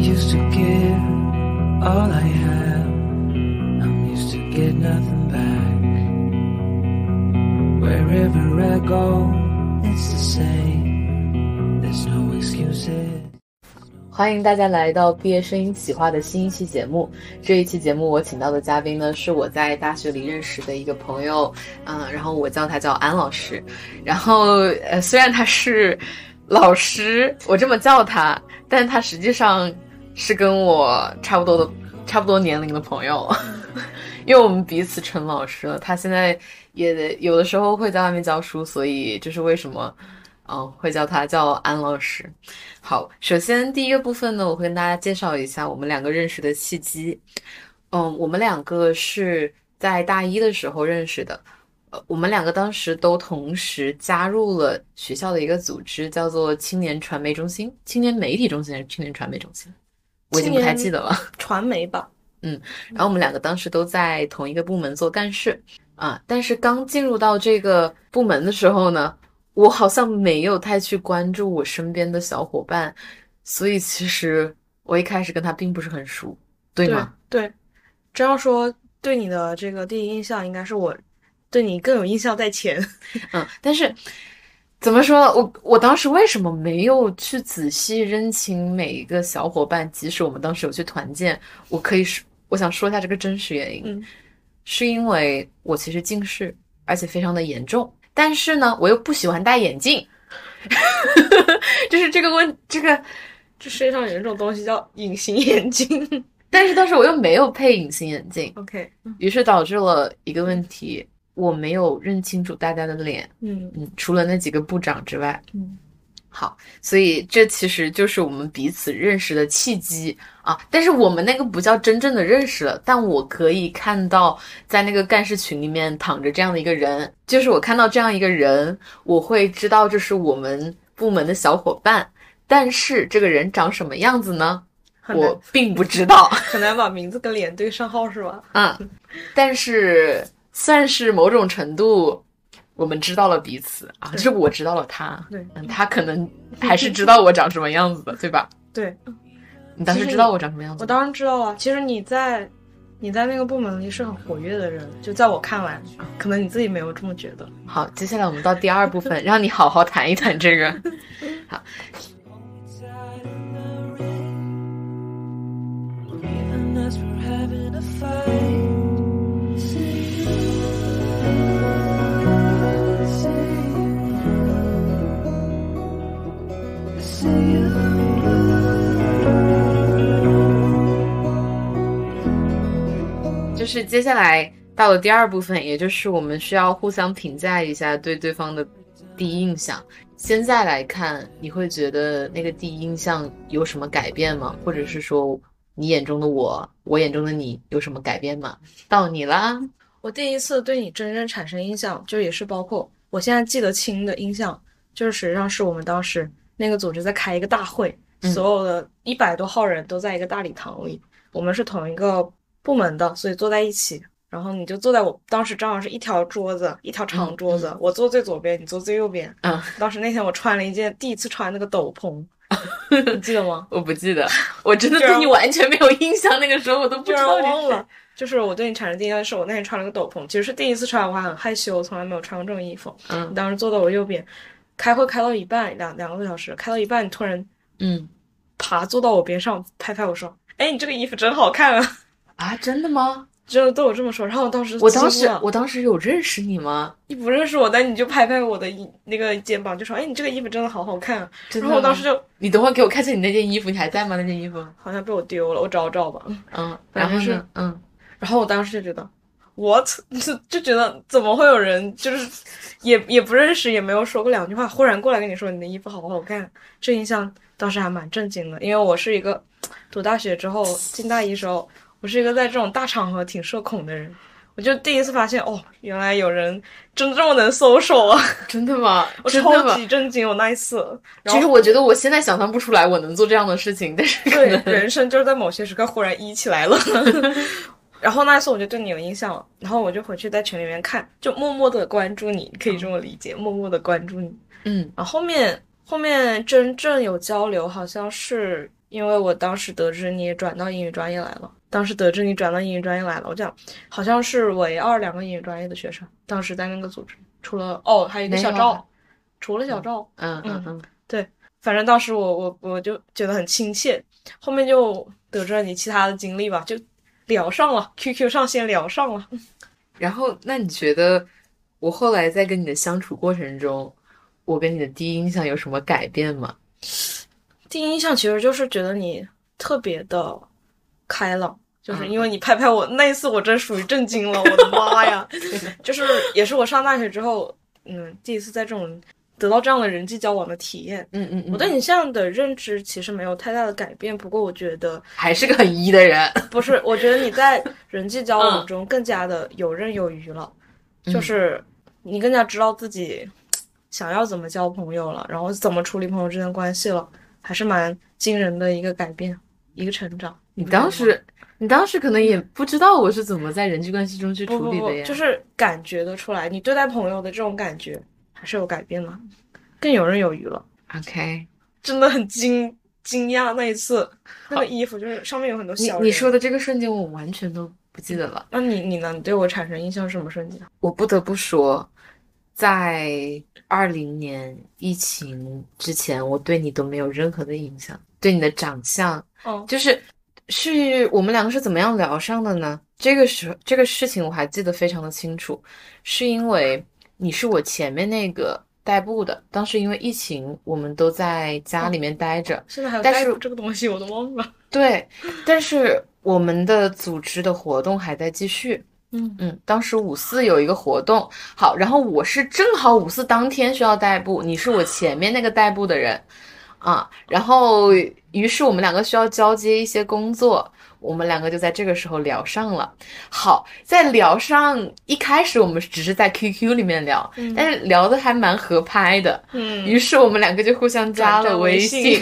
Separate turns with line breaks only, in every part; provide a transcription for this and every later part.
used to give all I have. I'm used to get nothing back. Wherever I go, it's the same. There's no excuses.
欢迎大家来到毕业生音企划的新一期节目。这一期节目我请到的嘉宾呢，是我在大学里认识的一个朋友，嗯，然后我叫他叫安老师。然后呃，虽然他是老师，我这么叫他，但他实际上是跟我差不多的、差不多年龄的朋友， 因为我们彼此称老师了。他现在也有的时候会在外面教书，所以这是为什么，嗯，会叫他叫安老师。好，首先第一个部分呢，我会跟大家介绍一下我们两个认识的契机。嗯，我们两个是在大一的时候认识的，呃，我们两个当时都同时加入了学校的一个组织，叫做青年传媒中心、青年媒体中心还是青年传媒中心，我已经不太记得了。
传媒吧，
然后我们两个当时都在同一个部门做干事啊，但是刚进入到这个部门的时候呢，我好像没有太去关注我身边的小伙伴，所以其实我一开始跟他并不是很熟，对吗？
对，真要说对你的这个第一印象，应该是我对你更有印象在前。
嗯，但是怎么说呢？我我当时为什么没有去仔细认清每一个小伙伴？即使我们当时有去团建，我可以说，我想说一下这个真实原因，
嗯
是因为我其实近视，而且非常的严重，但是呢，我又不喜欢戴眼镜， 就是这个问这个，
这世界上有一种东西叫隐形眼镜。
但是当时我又没有配隐形眼镜，
OK，
于是导致了一个问题，我没有认清楚大家的脸。
嗯
嗯，除了那几个部长之外，
嗯，
好，所以这其实就是我们彼此认识的契机啊。但是我们那个不叫真正的认识了，但我可以看到，在那个干事群里面躺着这样的一个人，就是我看到这样一个人，我会知道这是我们部门的小伙伴。但是这个人长什么样子呢？
很难
我并不知道。
很难把名字跟脸对上号是吧？
嗯，但是算是某种程度，我们知道了彼此啊，就是我知道了他，
对
嗯，他可能还是知道我长什么样子的，对 吧？
对，
你当时知道我长什么样子
我
吗？
当然知道了。其实你在你在那个部门里是很活跃的人，就在我看来，可能你自己没有这么觉得。
好，接下来我们到第二部分，让你好好谈一谈这个。
Inside in the rain. Even us, we're having a fight. See you. See you.
就是接下来到了第二部分，也就是我们需要互相评价一下对对方的第一印象。现在来看，你会觉得那个第一印象有什么改变吗？或者是说，你眼中的我，我眼中的你有什么改变吗？到你啦，
我第一次对你真正产生印象，就也是包括我现在记得清的印象，就是实际上是我们当时那个组织在开一个大会，
嗯
所有的一百多号人都在一个大礼堂里，我们是同一个部门的，所以坐在一起。然后你就坐在我当时正好是一条桌子，一条长桌子，我坐最左边，你坐最右边。
嗯，
当时那天我穿了一件第一次穿那个斗篷，你记得 吗？
我不记得，我真的
这
对
样
你完全没有印象，那个时候我都不知
居然
道你
忘了。就是我对你产生第一印象是我那天穿了个斗篷，其实是第一次穿，我还很害羞，从来没有穿过这种衣服。你
嗯
当时坐在我右边，开会开到一半，两两个多小时，开到一半，你突然
嗯
爬坐到我边上，拍拍我说：“哎，你这个衣服真好看啊
啊，真的吗？！”
真的对我这么说，然后我当时
我当
惊
时
了
我当时有认识你吗？
你不认识我，但你就拍拍我的衣那个肩膀，就说：“哎，你这个衣服真的好好看啊！”
真
然
的
后我当时
吗
就
你等会儿给我看一下你那件衣服，你还在吗？那件衣服？
好像被我丢了，我找找吧。
嗯，
反
然后
正是
呢？ 嗯。
然后我当时就觉得，what 就就觉得怎么会有人就是也也不认识，也没有说过两句话，忽然过来跟你说你的衣服好好看，这印象当时还蛮震惊的，因为我是一个读大学之后进大一时候，我是一个在这种大场合挺社恐的人。我就第一次发现，哦，原来有人真这么能搜手啊！
真的吗？
我
真的
超
吗？
级震惊，我那一次，然
其实
后
我觉得我现在想象不出来我能做这样的事情，但 是可
对
能
人生就是在某些时刻忽然一起 来了。然后那一次我就对你有印象了，然后我就回去在群里面看，就默默的关注你，可以这么理解，默默的关注你。
嗯
然后后面后面真正有交流，好像是因为我当时得知你转到英语专业来了，当时得知你转到英语专业来了，我讲好像是唯二两个英语专业的学生，当时在那个组织，除了哦，还有一个
没
小
有
赵
啊，
除了小赵，
嗯嗯嗯，
反正当时我我我就觉得很亲切，后面就得知了你其他的经历吧，就聊上了，QQ 上先聊上了。
然后，那你觉得我后来在跟你的相处过程中，我跟你的第一印象有什么改变吗？
第一印象其实就是觉得你特别的开朗，就是
嗯
因为你拍拍我那一次，我真属于震惊了，我的妈呀！ 就是也是我上大学之后，嗯，第一次在这种得到这样的人际交往的体验。
嗯嗯嗯，
我对你现在的认知其实没有太大的改变，不过我觉得
还是个很一的人，
不是，我觉得你在人际交往中更加的游刃有余了，就是你更加知道自己想要怎么交朋友了，然后怎么处理朋友之间的关系了，还是蛮惊人的一个改变，一个成长。
你
不觉得
当时，你当时可能也不知道我是怎么在人际关系中去
嗯不
处
不
理
不
的，呀。
就是感觉得出来，你对待朋友的这种感觉还是有改变了，更游刃有余了，
OK，
真的很惊惊讶那一次，那个衣服就是上面有很多
你
小
你
人
说，的这个瞬间我完全都不记得了。
那你你呢？你对我产生印象是什么瞬间？
我不得不说，在二零年疫情之前，我对你都没有任何的影响，对你的长相，
哦，
就是是我们两个是怎么样聊上的呢？这个时候这个事情我还记得非常的清楚，是因为你是我前面那个代步的，当时因为疫情，我们都在家里面待着，
现在还有
但是
带这个东西我都忘了。
对，但是我们的组织的活动还在继续。
嗯
嗯，当时五四有一个活动，好，然后我是正好五四当天需要代步，你是我前面那个代步的人，啊，然后于是我们两个需要交接一些工作，我们两个就在这个时候聊上了。好，在聊上一开始我们只是在 QQ 里面聊，
嗯
但是聊的还蛮合拍的，
嗯
于是我们两个就互相加了微 信。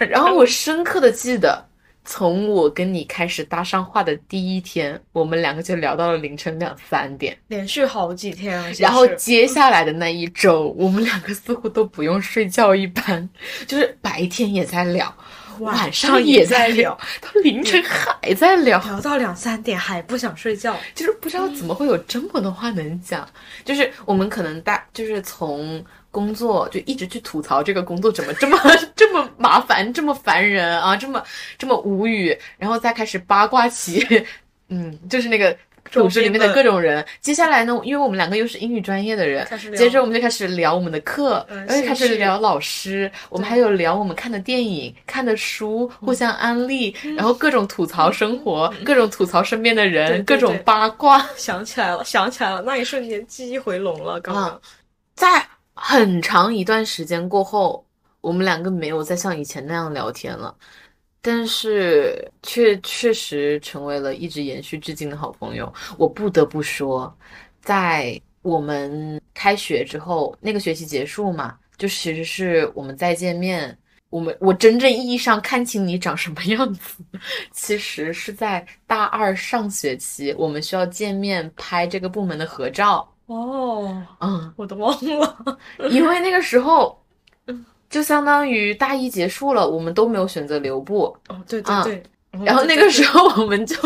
然后我深刻的记得，从我跟你开始搭上话的第一天，我们两个就聊到了凌晨两三点。
连续好几天啊，
然后
其实
接下来的那一周，我们两个似乎都不用睡觉一般，就是白天也在 聊，晚上也在聊，到凌晨还在聊，
聊到两三点还不想睡觉，
就是不知道怎么会有这么多话能讲。就是我们可能大，就是从工作就一直去吐槽这个工作怎么 这么这么麻烦，这么烦人啊，这么这么无语，然后再开始八卦起， 嗯，就是那个。组织里面的各种人，接下来呢，因为我们两个又是英语专业的人
开始，聊
接着我们就开始聊我们的课，
嗯
然后就开
兴
始
趣
聊老师，我们还有聊我们看的电影、看的书，互
嗯
相安利，然后各种吐槽生活，各种吐槽身边的人，
对对
各种
对
八卦。
想起来了，想起来了，那一瞬间记忆回笼了，刚刚
啊。在很长一段时间过后，我们两个没有再像以前那样聊天了，但是却确实成为了一直延续至今的好朋友。我不得不说，在我们开学之后，那个学期结束嘛，就其实是我们再见面。我们我真正意义上看清你长什么样子，其实是在大二上学期，我们需要见面拍这个部门的合照。
哦，
嗯，
我都忘了，
因为那个时候，
嗯
就相当于大一结束了，我们都没有选择留步，
哦，对
啊
对对，嗯
然后那个时，候我们就，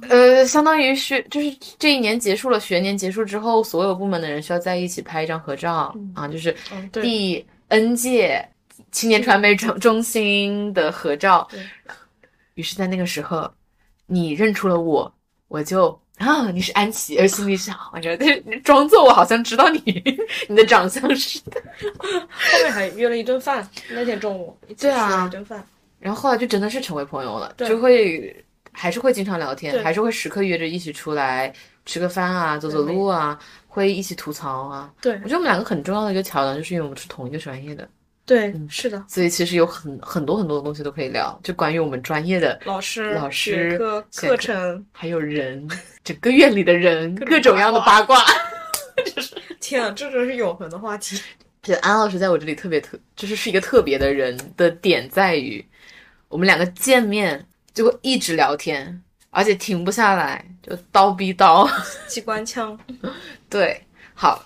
呃，相当于学就是这一年结束了，学年结束之后，所有部门的人需要在一起拍一张合照
嗯
啊，就是
对对对嗯，对，
第 N 届青年传媒中中心的合照
对。
于是，在那个时候，你认出了我，我就啊，你是安琪，而心里想，我觉得装作我好像知道你，你的长相是
后面还约了一顿饭，那天中午一起
对
吃
啊
了一顿饭，
然后后来就真的是成为朋友了，
对
就会还是会经常聊天，
对
还是会时刻约着一起出来吃个饭啊，走走路啊，会一起吐槽啊。
对
我觉得我们两个很重要的一个桥梁，就是因为我们是同一个专业的，
对，
嗯
是的，
所以其实有很很多很多的东西都可以聊，就关于我们专业的，
老师、
老师
学科、
选课
课程，
还有人， 整个院里的人，
各种
各种样的八卦。
天啊，这真是永恒的话题。
这安老师在我这里特别特，就是是一个特别的人的点在于，我们两个见面就会一直聊天，而且停不下来，就叨逼叨。
机关枪，
对，好，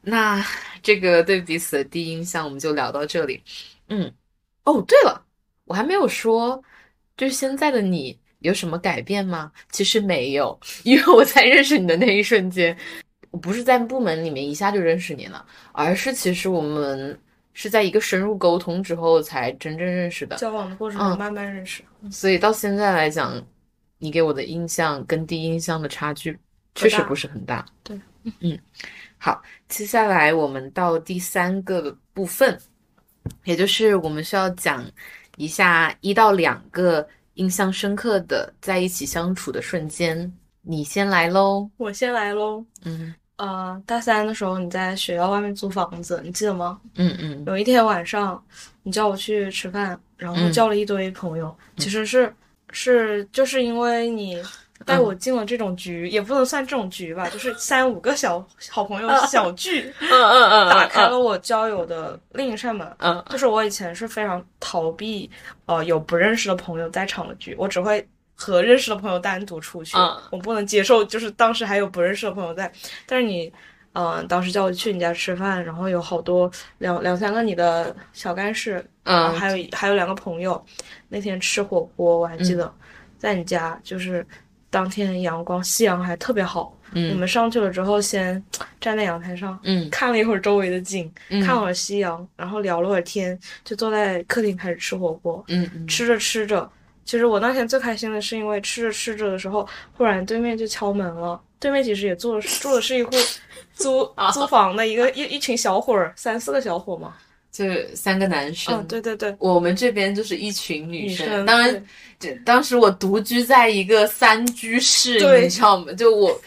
那这个对彼此的第一印象我们就聊到这里。嗯，哦，对了，我还没有说，就是现在的你有什么改变吗？其实没有，因为我在认识你的那一瞬间，我不是在部门里面一下就认识你了，而是其实我们是在一个深入沟通之后才真正认识的。
交往的过程
嗯
中慢慢认识，
所以到现在来讲，你给我的印象跟第一印象的差距确实不是很大。
对，
嗯，好，接下来我们到第三个部分，也就是我们需要讲一下一到两个印象深刻的在一起相处的瞬间。你先来喽，
我先来喽。
嗯
呃，大三的时候你在学校外面租房子，你记得吗？
嗯嗯
有一天晚上，你叫我去吃饭，然后
嗯
叫了一堆朋友，其实是是就是因为你
嗯
带我进了这种局，也不能算这种局吧，就是三五个小 好朋友小聚，
嗯嗯嗯
打开了我交友的另一扇门。
嗯
就是我以前是非常逃避，呃，有不认识的朋友在场的局，我只会和认识的朋友单独出去，
嗯
我不能接受，就是当时还有不认识的朋友在。但是你，嗯、当时叫我去你家吃饭，然后有好多两两三个你的小干事，然后
嗯
还有一还有两个朋友，那天吃火锅我还
嗯
记得，在你家就是当天阳光夕阳还特别好，我
嗯
们上去了之后先站在阳台上
嗯
看了一会儿周围的景，
嗯，
看会儿夕阳，然后聊了会儿天，就坐在客厅开始吃火锅。
嗯嗯
吃着吃着，其实我那天最开心的是因为吃着吃着的时候，忽然对面就敲门了。对面其实也住的住的是一户 租
哦
租房的一个一一群小伙儿，三四个小伙嘛。
就是三个男生，
嗯，对对对，
我们这边就是一群女生，
女生
当然，这当时我独居在一个三居室，
对
你知道吗？就 我，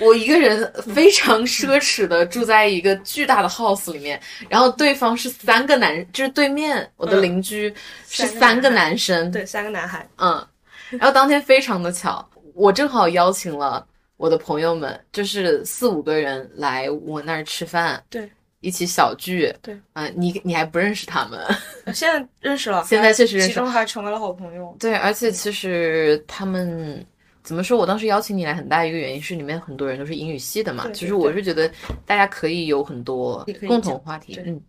我一个人非常奢侈的住在一个巨大的 house 里面，然后对方是三个男，就是对面我的
嗯
邻居是三
三
个
个
男生，
对，三个男孩。
嗯，然后当天非常的巧，我正好邀请了我的朋友们，就是四五个人来我那儿吃饭，
对，
一起小聚，
对，
嗯、你你还不认识他 们，
呃现在认识了，
现在确实认
其
识，
中还成为了好朋友。
对，而且其实他们怎么说？我当时邀请你来，很大一个原因是里面很多人都是英语系的嘛。
对
其
对
实我
对
是觉得大家可以有很多
也可以
共
讲
同话题，
对
嗯。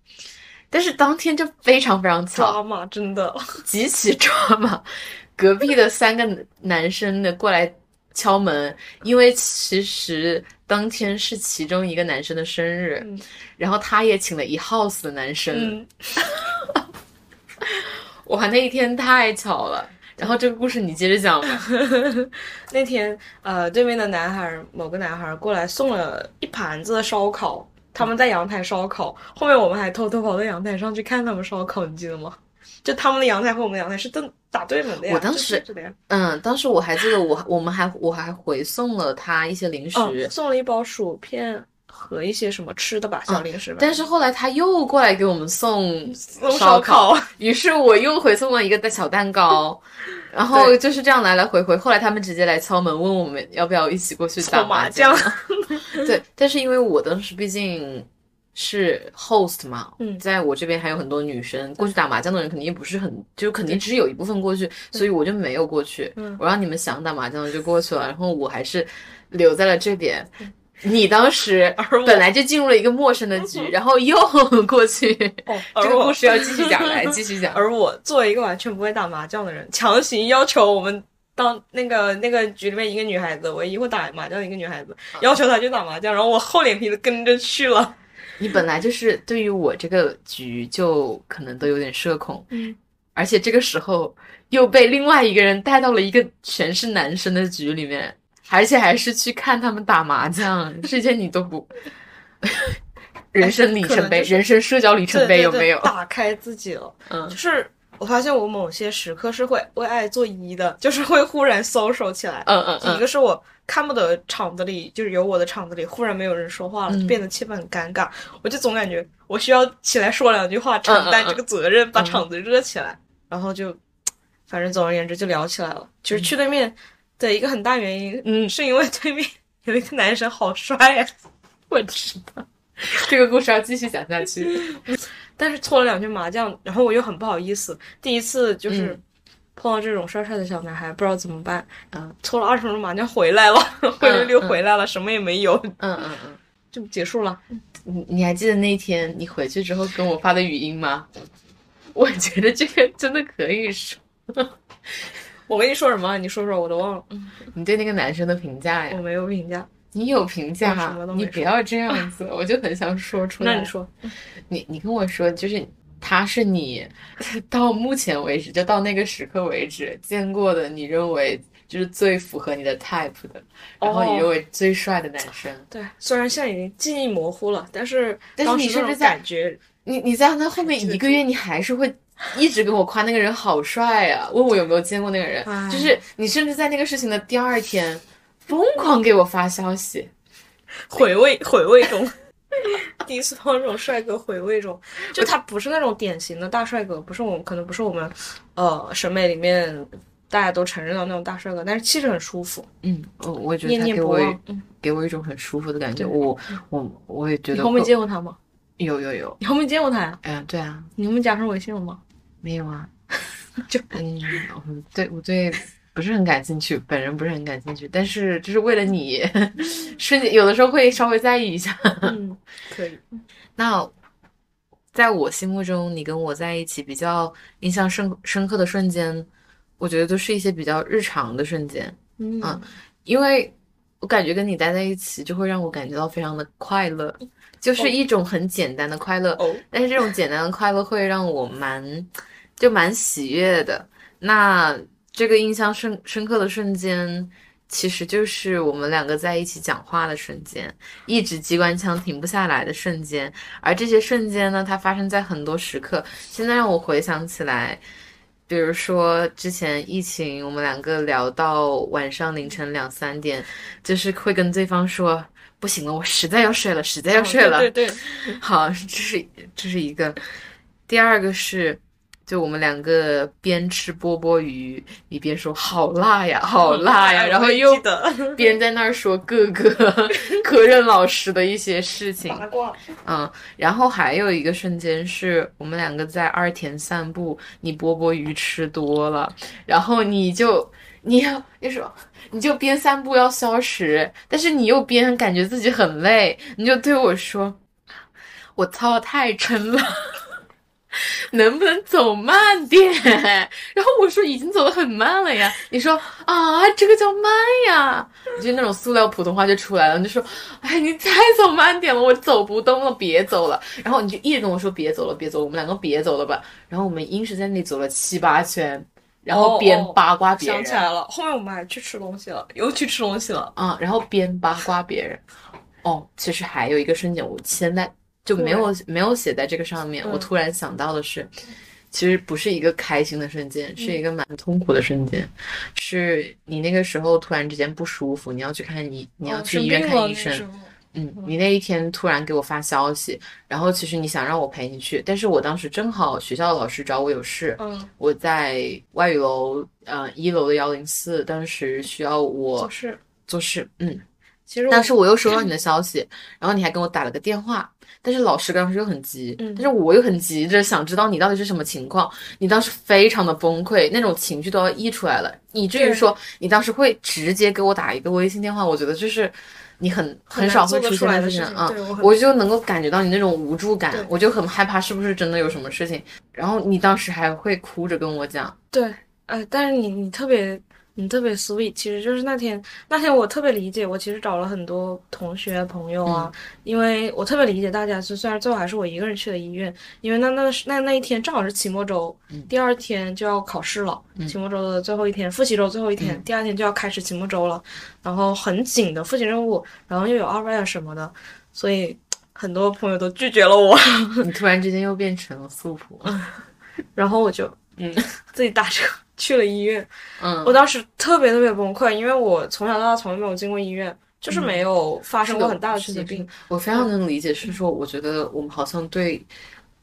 但是当天就非常非常巧，
抓嘛，真的，
极其抓马。隔壁的三个男生的过来敲门，因为其实当天是其中一个男生的生日，
嗯
然后他也请了一 house 的男生，
嗯，
哇，那一天太巧了。然后这个故事你接着讲吧。
那天，呃，对面的男孩儿，某个男孩儿过来送了一盘子的烧烤，他们在阳台烧烤。后面我们还偷偷跑到阳台上去看他们烧烤，你记得吗？就他们的阳台和我们的阳台是正打对门的呀。
我当
就
时
对着的呀
嗯，当时我还记得我，我们还我还回送了他一些零
哦
食，，
送了一包薯片和一些什么吃的吧，小零食吧。
嗯但是后来他又过来给我们送
送
烧
烧烤，
于是我又回送了一个小蛋糕，然后
对
就是这样来来回回。后来他们直接来敲门，问我们要不要一起过去打
搓
麻
麻将。
对，但是因为我当时毕竟是 host 嘛，
嗯
在我这边还有很多女生过去打麻将的人，肯定也不是很，就肯定只有一部分过去，所以我就没有过去。
嗯
我让你们想打麻将的就过去了，然后我还是留在了这边。 你当时
嗯 而我
本来就进入了一个陌生的 局，然后又 过去，
哦，
这
而
个故
我
事要继续 讲，来继续讲。
而我作为一个完全不会打麻将的人，强行要求我们当那个那个局里面一个女孩子，唯一会打麻将的一个女孩子，
嗯
要求她去打麻将，然后我厚脸皮的跟着去了。
你本来就是对于我这个局就可能都有点社恐，
嗯，
而且这个时候又被另外一个人带到了一个全是男生的局里面，而且还是去看他们打麻将，这些你都不。 人生里程
可能
碑，
就是
人生社交里程
对
碑
对
有没
对，
有？
打开自己了？
嗯
就是我发现我某些时刻是会为爱作揖的，就是会忽然 social 起来。
嗯嗯
一
嗯
个是我看不得场子里，就是有我的场子里忽然没有人说话了，
嗯
就变得气氛很尴尬。我就总感觉我需要起来说两句话，承
嗯
担这个责任，把场子热起来。然后就，反正总而言之就聊起来了。就是去对面的一个很大原因，
嗯，
是因为对面有一个男生好帅啊呀、
我知道。这个故事要继续讲下去。
但是搓了两局麻将，然后我又很不好意思，第一次就是
嗯
碰到这种帅帅的小男孩，不知道怎么办。呃
嗯，
搓了二十分钟麻将回来了， 灰溜溜回来了，什么也没有，
嗯嗯嗯，
就结束了。
你你还记得那天你回去之后跟我发的语音吗？ 我觉得这个真的可以说，
我跟你说什么？你说说，我都忘了。嗯
你对那个男生的评价
我
哎呀，
没有评价。
你有评
我什
价
么都，没
你不要这样子，我就很想说出来。
那你说，
你你跟我说，就是他是你到目前为止，就到那个时刻为止见过的，你认为就是最符合你的 type 的，然后
哦
你认为最帅的男生。
对，虽然现在已经记忆模糊了，但是
但是
当
你
时
是
那
不是
种
在
感 觉
你你在他后面一个月，你还是会一直跟我夸那个人好帅呀、问我有没有见过那个人
哎，
就是你甚至在那个事情的第二天，疯狂给我发消息。
回味回味中。 第一次碰到这种帅哥回味中，就他不是那种典型的大帅哥，不是我们可能不是我们，呃，审美里面大家都承认的那种大帅哥，但是气质很舒服，
嗯，我我也觉得
念
他
念
给
不
我
忘。嗯，
给我一种很舒服的感觉。
对
我我我也觉
你
得
后面
会
见过他吗？
有有有，
你后面见过他呀？
嗯，对啊，
你后面加上微信了吗？
没有 啊，
就
嗯，我对我对不是很感兴趣，本人不是很感兴趣，但是就是为了你，瞬间有的时候会稍微在意一下。
嗯， 可以。
那在我心目中，你跟我在一起比较印象深深刻的瞬间，我觉得都是一些比较日常的瞬间，
嗯
啊因为我感觉跟你待在一起，就会让我感觉到非常的快乐，就是一种很简单的快乐。
哦，
但是这种简单的快乐会让我蛮，就蛮喜悦的。那这个印象深深刻的瞬间，其实就是我们两个在一起讲话的瞬间，一直机关枪停不下来的瞬间。而这些瞬间呢，它发生在很多时刻。现在让我回想起来，比如说之前疫情，我们两个聊到晚上凌晨两三点，就是会跟对方说。不行了，我实在要睡了，实
哦
在要睡了。
对对对，
好，这是这是一个。第二个是，就我们两个边吃波波鱼，一边说好辣呀，好辣呀，然后
哦我也
又
记得
边在那儿说各 个科任老师的一些事情，
八卦，
嗯，然后还有一个瞬间是我们两个在二田散步，你波波鱼吃多了，然后你就你要你说你就边散步要消食，但是你又边感觉自己很累，你就对我说：“我操，太撑了。”能不能走慢点？ 然后我说已经走得很慢了呀。你说啊，这个叫慢呀？就那种塑料普通话就出来了，你就说，哎，你再走慢点了，我走不动了，别走了。然后你就一直跟我说别走了，别走了，我们两个别走了吧。然后我们硬是在那里走了七八圈，然后边
哦哦
八卦别人，
想起来了。后面我们还去吃东西了，又去吃东西了。
啊，然后边八卦别人。哦，其实还有一个瞬间，我现在就没有没有写在这个上面。
嗯
我突然想到的是，其实不是一个开心的瞬间，是
嗯
一个蛮痛苦的瞬间，是你那个时候突然之间不舒服，你要去看医，你要
哦
去
生
医院
病
看
了
医
那
生。
时候
嗯，你那一天突然给我发消息，然后其实你想让我陪你去，但是我当时正好学校的老师找我有事，
嗯，
我在外语楼呃一楼的幺零四，当时需要我
就是
做事，嗯。
其实我
但是我又收到你的消息，然后你还跟我打了个电话，但是老师当时又很急，
嗯
但是我又很急着想知道你到底是什么情况，你当时非常的崩溃，那种情绪都要溢出来了，以至于
对
说你当时会直接给我打一个微信电话，我觉得这是你很
很
很
难
少会
做得
出
出
现
来
的
的
事情
事情
啊，
对我很
我就能够感觉到你那种无助感
对，
我就很害怕是不是真的有什么事情，然后你当时还会哭着跟我讲，
对，呃，但是你你特别你特别 sweet，其实就是那天那天我特别理解，我其实找了很多同学朋友啊，因为我特别理解大家，是虽然最后还是我一个人去的医院，因为那那那那一天正好是期末周，第二天就要考试了，期末周的最后一天，复习周最后一天，第二天就要开始期末周了，然后很紧的复习任务，然后又有 r 外啊什么的，所以很多朋友都拒绝了我，
你突然之间又变成了素朴，
嗯然后我就
嗯
自己打车去了医院。
嗯
我，当时特别特别崩溃，因为我从小到大从来没有进过医院，就是没有发生过很大的
嗯是
疾病。嗯
是我非常能理解，是说我觉得我们好像对，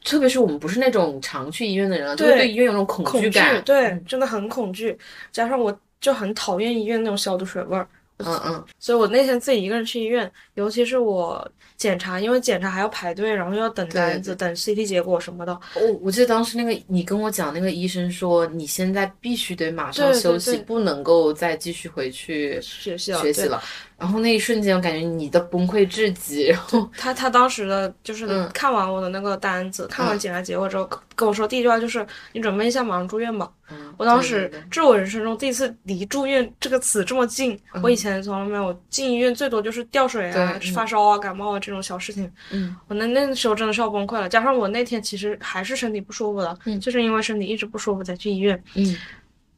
特别是我们不是那种常去医院的人啊，就
对
会对医院有种恐
恐
惧
惧
感。，嗯
对，真的很恐惧。加上我就很讨厌医院那种消毒水味儿，
嗯嗯，
所以我那天自己一个人去医院，尤其是我检查，因为检查还要排队，然后又要等单子、
对
等 CT 结果什么的。
我哦我记得当时那个你跟我讲，那个医生说你现在必须得马上
对对
休息，
对
不能够再继续回去
学习了，
学习
对
了。然后那一瞬间，我感觉你的崩溃至极，然后
他他当时的就是
嗯
看完我的那个单子，看完
嗯
检查结果之后，跟跟我说第一句话就是你准备一下，马上住院吧。
嗯
我当
对对
时
对
这是我人生中第一次离住院这个词这么近。
嗯
我以前从来没有进医院，最多就是吊水啊
对、嗯
发烧啊、感冒啊这种小事情。
嗯
我那那时候真的是要崩溃了，加上我那天其实还是身体不舒服的，
嗯
就是因为身体一直不舒服才去医院。
嗯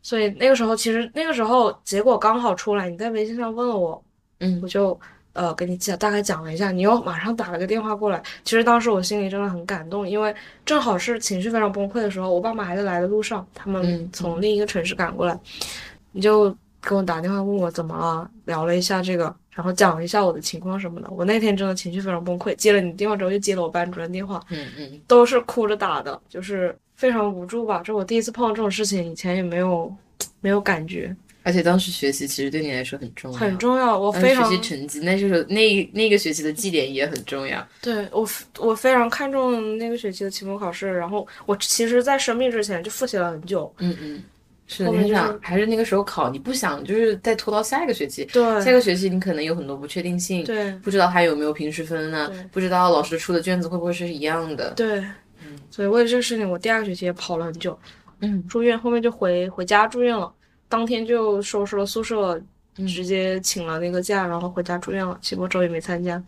所以那个时候，其实那个时候结果刚好出来，你在微信上问了我，
嗯
我就呃给你讲大概讲了一下，你又马上打了个电话过来。其实当时我心里真的很感动，因为正好是情绪非常崩溃的时候，我爸妈还在来的路上，他
嗯
们从另一个城市赶过来，你就给我打电话问我怎么了，聊了一下这个，然后讲了一下我的情况什么的。我那天真的情绪非常崩溃，接了你电话之后又接了我班主任电话，
嗯嗯
都是哭着打的，就是非常无助吧。这我第一次碰到这种事情，以前也没有没有感觉，
而且当时学习其实对你来说很重要，
很重要。我
当时
非常
学习成绩，那就是那那个学期的绩点也很重要。
对我非我非常看重那个学期的期末考试，然后我其实，在生病之前就复习了很久。
嗯嗯，是的，
后
你
面
很
就是
想还是那个时候考，你不想就是再拖到下一个学期，下
对
个学期你可能有很多不确定性，
对
不知道他有没有平时分呢、
对
不知道老师出的卷子会不会是一样的。
对，所以为了这个事情，我第二个学期也跑了很久，
嗯
住院，后面就回回家住院了。当天就收拾了宿舍，直接请了那个假，然后回家住院了。期末周也没参加，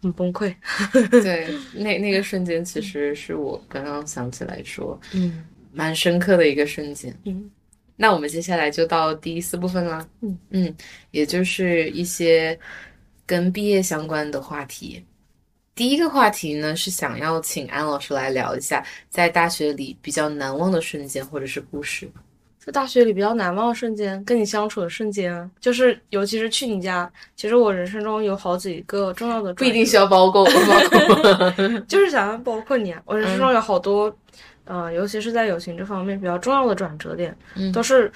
很崩溃。
对，那那个瞬间其实是我刚刚想起来说
嗯
蛮深刻的一个瞬间。
嗯
那我们接下来就到第四部分啦。
嗯
嗯，也就是一些跟毕业相关的话题。第一个话题呢，是想要请安老师来聊一下，在大学里比较难忘的瞬间或者是故事。
在大学里比较难忘的瞬间，跟你相处的瞬间啊，就是尤其是去你家，其实我人生中有好几个重要的
不
转
一
折，
定需要包括包 括。
就是想要包括你啊，我人
嗯
生中有好多，呃，尤其是在友情这方面比较重要的转折点，
嗯
都是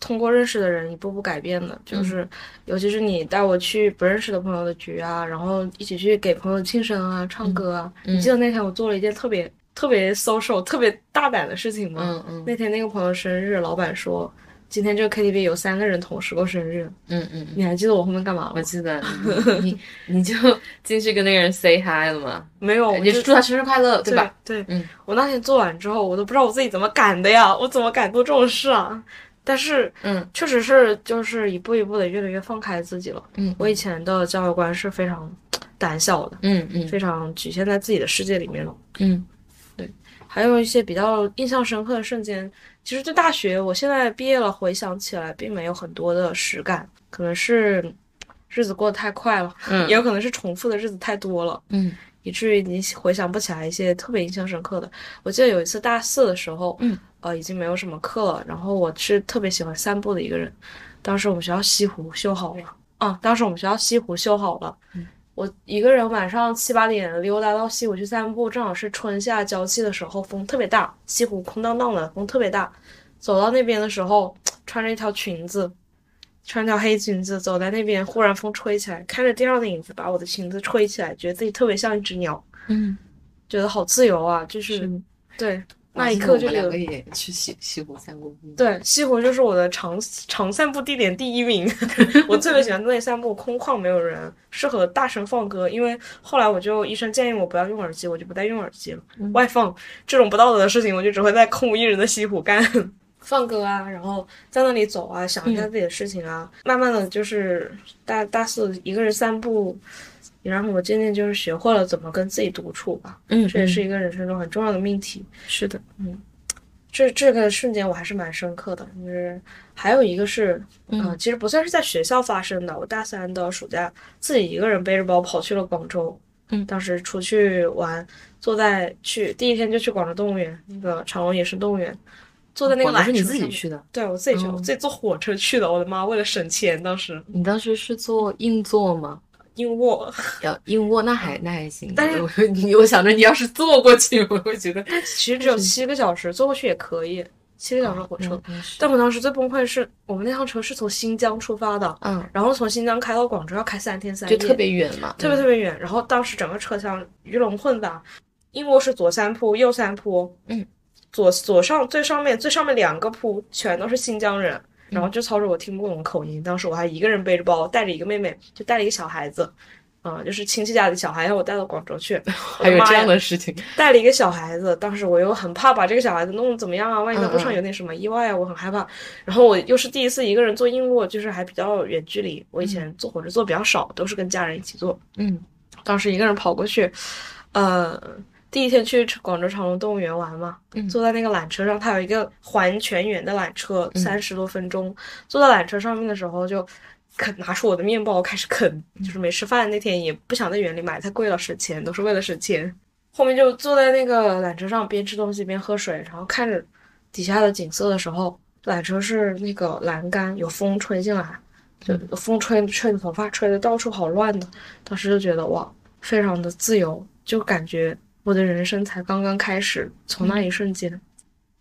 通过认识的人一步步改变的。
嗯
就是，尤其是你带我去不认识的朋友的局啊，然后一起去给朋友庆生啊、唱歌啊。
嗯
你记得那天我做了一件特别特别 social、特别大胆的事情吗？
嗯嗯
那天那个朋友生日，老板说今天这个 KTV 有三个人同时过生日，
嗯嗯嗯，
你还记得我后面干嘛
我
吗？
记得你你你就进去跟那个人 say hi 了吗？
没哦有，我
也是祝他生日快乐，对吧？？
对，
嗯
我那天做完之后，我都不知道我自己怎么敢的呀，我怎么敢做这种事啊？但是
嗯
确实是，就是一步一步的越来越放开自己了。
嗯
我以前的教育观是非常胆小的，
嗯嗯
非常局限在自己的世界里面了。
嗯
还有一些比较印象深刻的瞬间。其实，对大学，我现在毕业了，回想起来，并没有很多的实感，可能是日子过得太快了，
嗯
也有可能是重复的日子太多了，
嗯
以至于你回想不起来一些特别印象深刻的。我记得有一次大四的时候，
嗯，
呃，已经没有什么课了，然后我是特别喜欢散步的一个人。当时我们学校西湖修好了，啊，当时我们学校西湖修好了。我一个人晚上七八点溜达到西湖去散步，正好是春夏交替的时候，风特别大，西湖空荡荡的，风特别大。走到那边的时候，穿着一条裙子，穿条黑裙子走在那边，忽然风吹起来，看着地上的影子把我的裙子吹起来，觉得自己特别像一只鸟，
嗯，
觉得好自由啊！就是对那一刻就觉
两个
得，
也去西西湖散过步。
对西湖就是我的长长散步地点第一 名。我特别喜欢在那里散步，空旷没有人，适合大声放歌。因为后来我就医生建议我不要用耳机，我就不再用耳机了，
嗯
外放这种不道德的事情，我就只会在空无一人的西湖干。放歌啊，然后在那里走啊，想一下
嗯
自己的事情啊，慢慢的就是大大四一个人散步，然后我渐渐就是学会了怎么跟自己独处吧，
嗯
这也是一个人生中很重要的命题。
是的，
这这个瞬间我还是蛮深刻的，就是还有一个是，嗯、其实不算是在学校发生的。我大三的暑假自己一个人背着包跑去了广州，
嗯
当时出去玩，坐在去第一天就去广州动物园，那个长隆野生动物园，坐在那个
广
缆
州
车
是你自己
上面，
去的，
对我自己去，我
哦
自己坐火车去的。我的妈，为了省钱，当时
你当时是坐硬座吗？
硬卧，
要硬卧那还那还行，
但是
我你 我想着你要是坐过去， 我会觉得
其实只有七个小时，坐过去也可以，七个小时火车。
嗯是
但我当时最崩溃的是，我们那趟车是从新疆出发的，
嗯，
然后从新疆开到广州要开三天三夜，
就特别远嘛，
特别特
别
别远。然后当时整个车厢鱼龙混杂，硬卧是左三铺，右三铺，
嗯，
左左上最上面最上面两个铺全都是新疆人，
嗯
然后这操作我听不懂口音，当时我还一个人背着包，带着一个妹妹，就带了一个小孩子，啊、就是亲戚家的小孩，要我带到广州去，
嗯还有这样
我的妈呀
的事情，
带了一个小孩子，当时我又很怕把这个小孩子弄得怎么样啊，万一在路上
嗯嗯
有那什么意外啊，我很害怕。然后我又是第一次一个人坐硬卧，就是还比较远距离，我以前坐火车坐比较少，都是跟家人一起坐。
嗯
当时一个人跑过去，呃，第一天去广州长隆动物园玩嘛，
嗯
坐在那个缆车上，它有一个环全园的缆车，
嗯
三十多分钟。坐在缆车上面的时候，就啃拿出我的面包开始啃，就是没吃饭那天也不想在园里买，太贵了，省钱都是为了省钱。后面就坐在那个缆车上，边吃东西边喝水，然后看着底下的景色的时候，缆车是那个栏杆有风吹进来，就风吹吹的头发吹的到处好乱的，当时就觉得哇，非常的自由，就感觉我的人生才刚刚开始。从那一瞬间，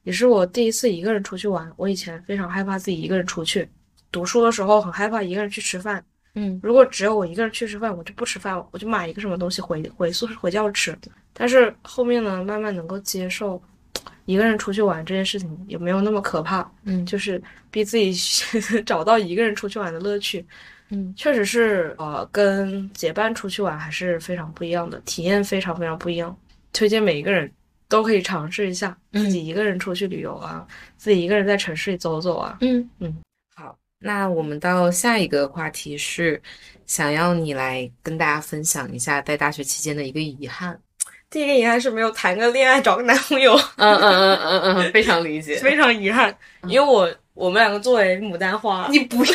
也是我第一次一个人出去玩。我以前非常害怕自己一个人出去，读书的时候很害怕一个人去吃饭。
嗯
如果只有我一个人去吃饭，我就不吃饭，我就买一个什么东西回回宿舍回家吃。但是后面呢，慢慢能够接受一个人出去玩这件事情也没有那么可怕，
嗯
就是逼自己 找到一个人出去玩的乐趣。
嗯
确实是，呃，跟结伴出去玩还是非常不一样的，体验非常非常不一样。推荐每一个人都可以尝试一下，
嗯
自己一个人出去旅游啊，自己一个人在城市里走走啊。
嗯
嗯，
好，那我们到下一个话题是，想要你来跟大家分享一下在大学期间的一个遗憾。
第一个遗憾是没有谈个恋爱，找个男 朋友，
嗯嗯嗯嗯嗯嗯，非常理解。
非常遗憾，因为我我们两个作为牡丹花，
嗯你不要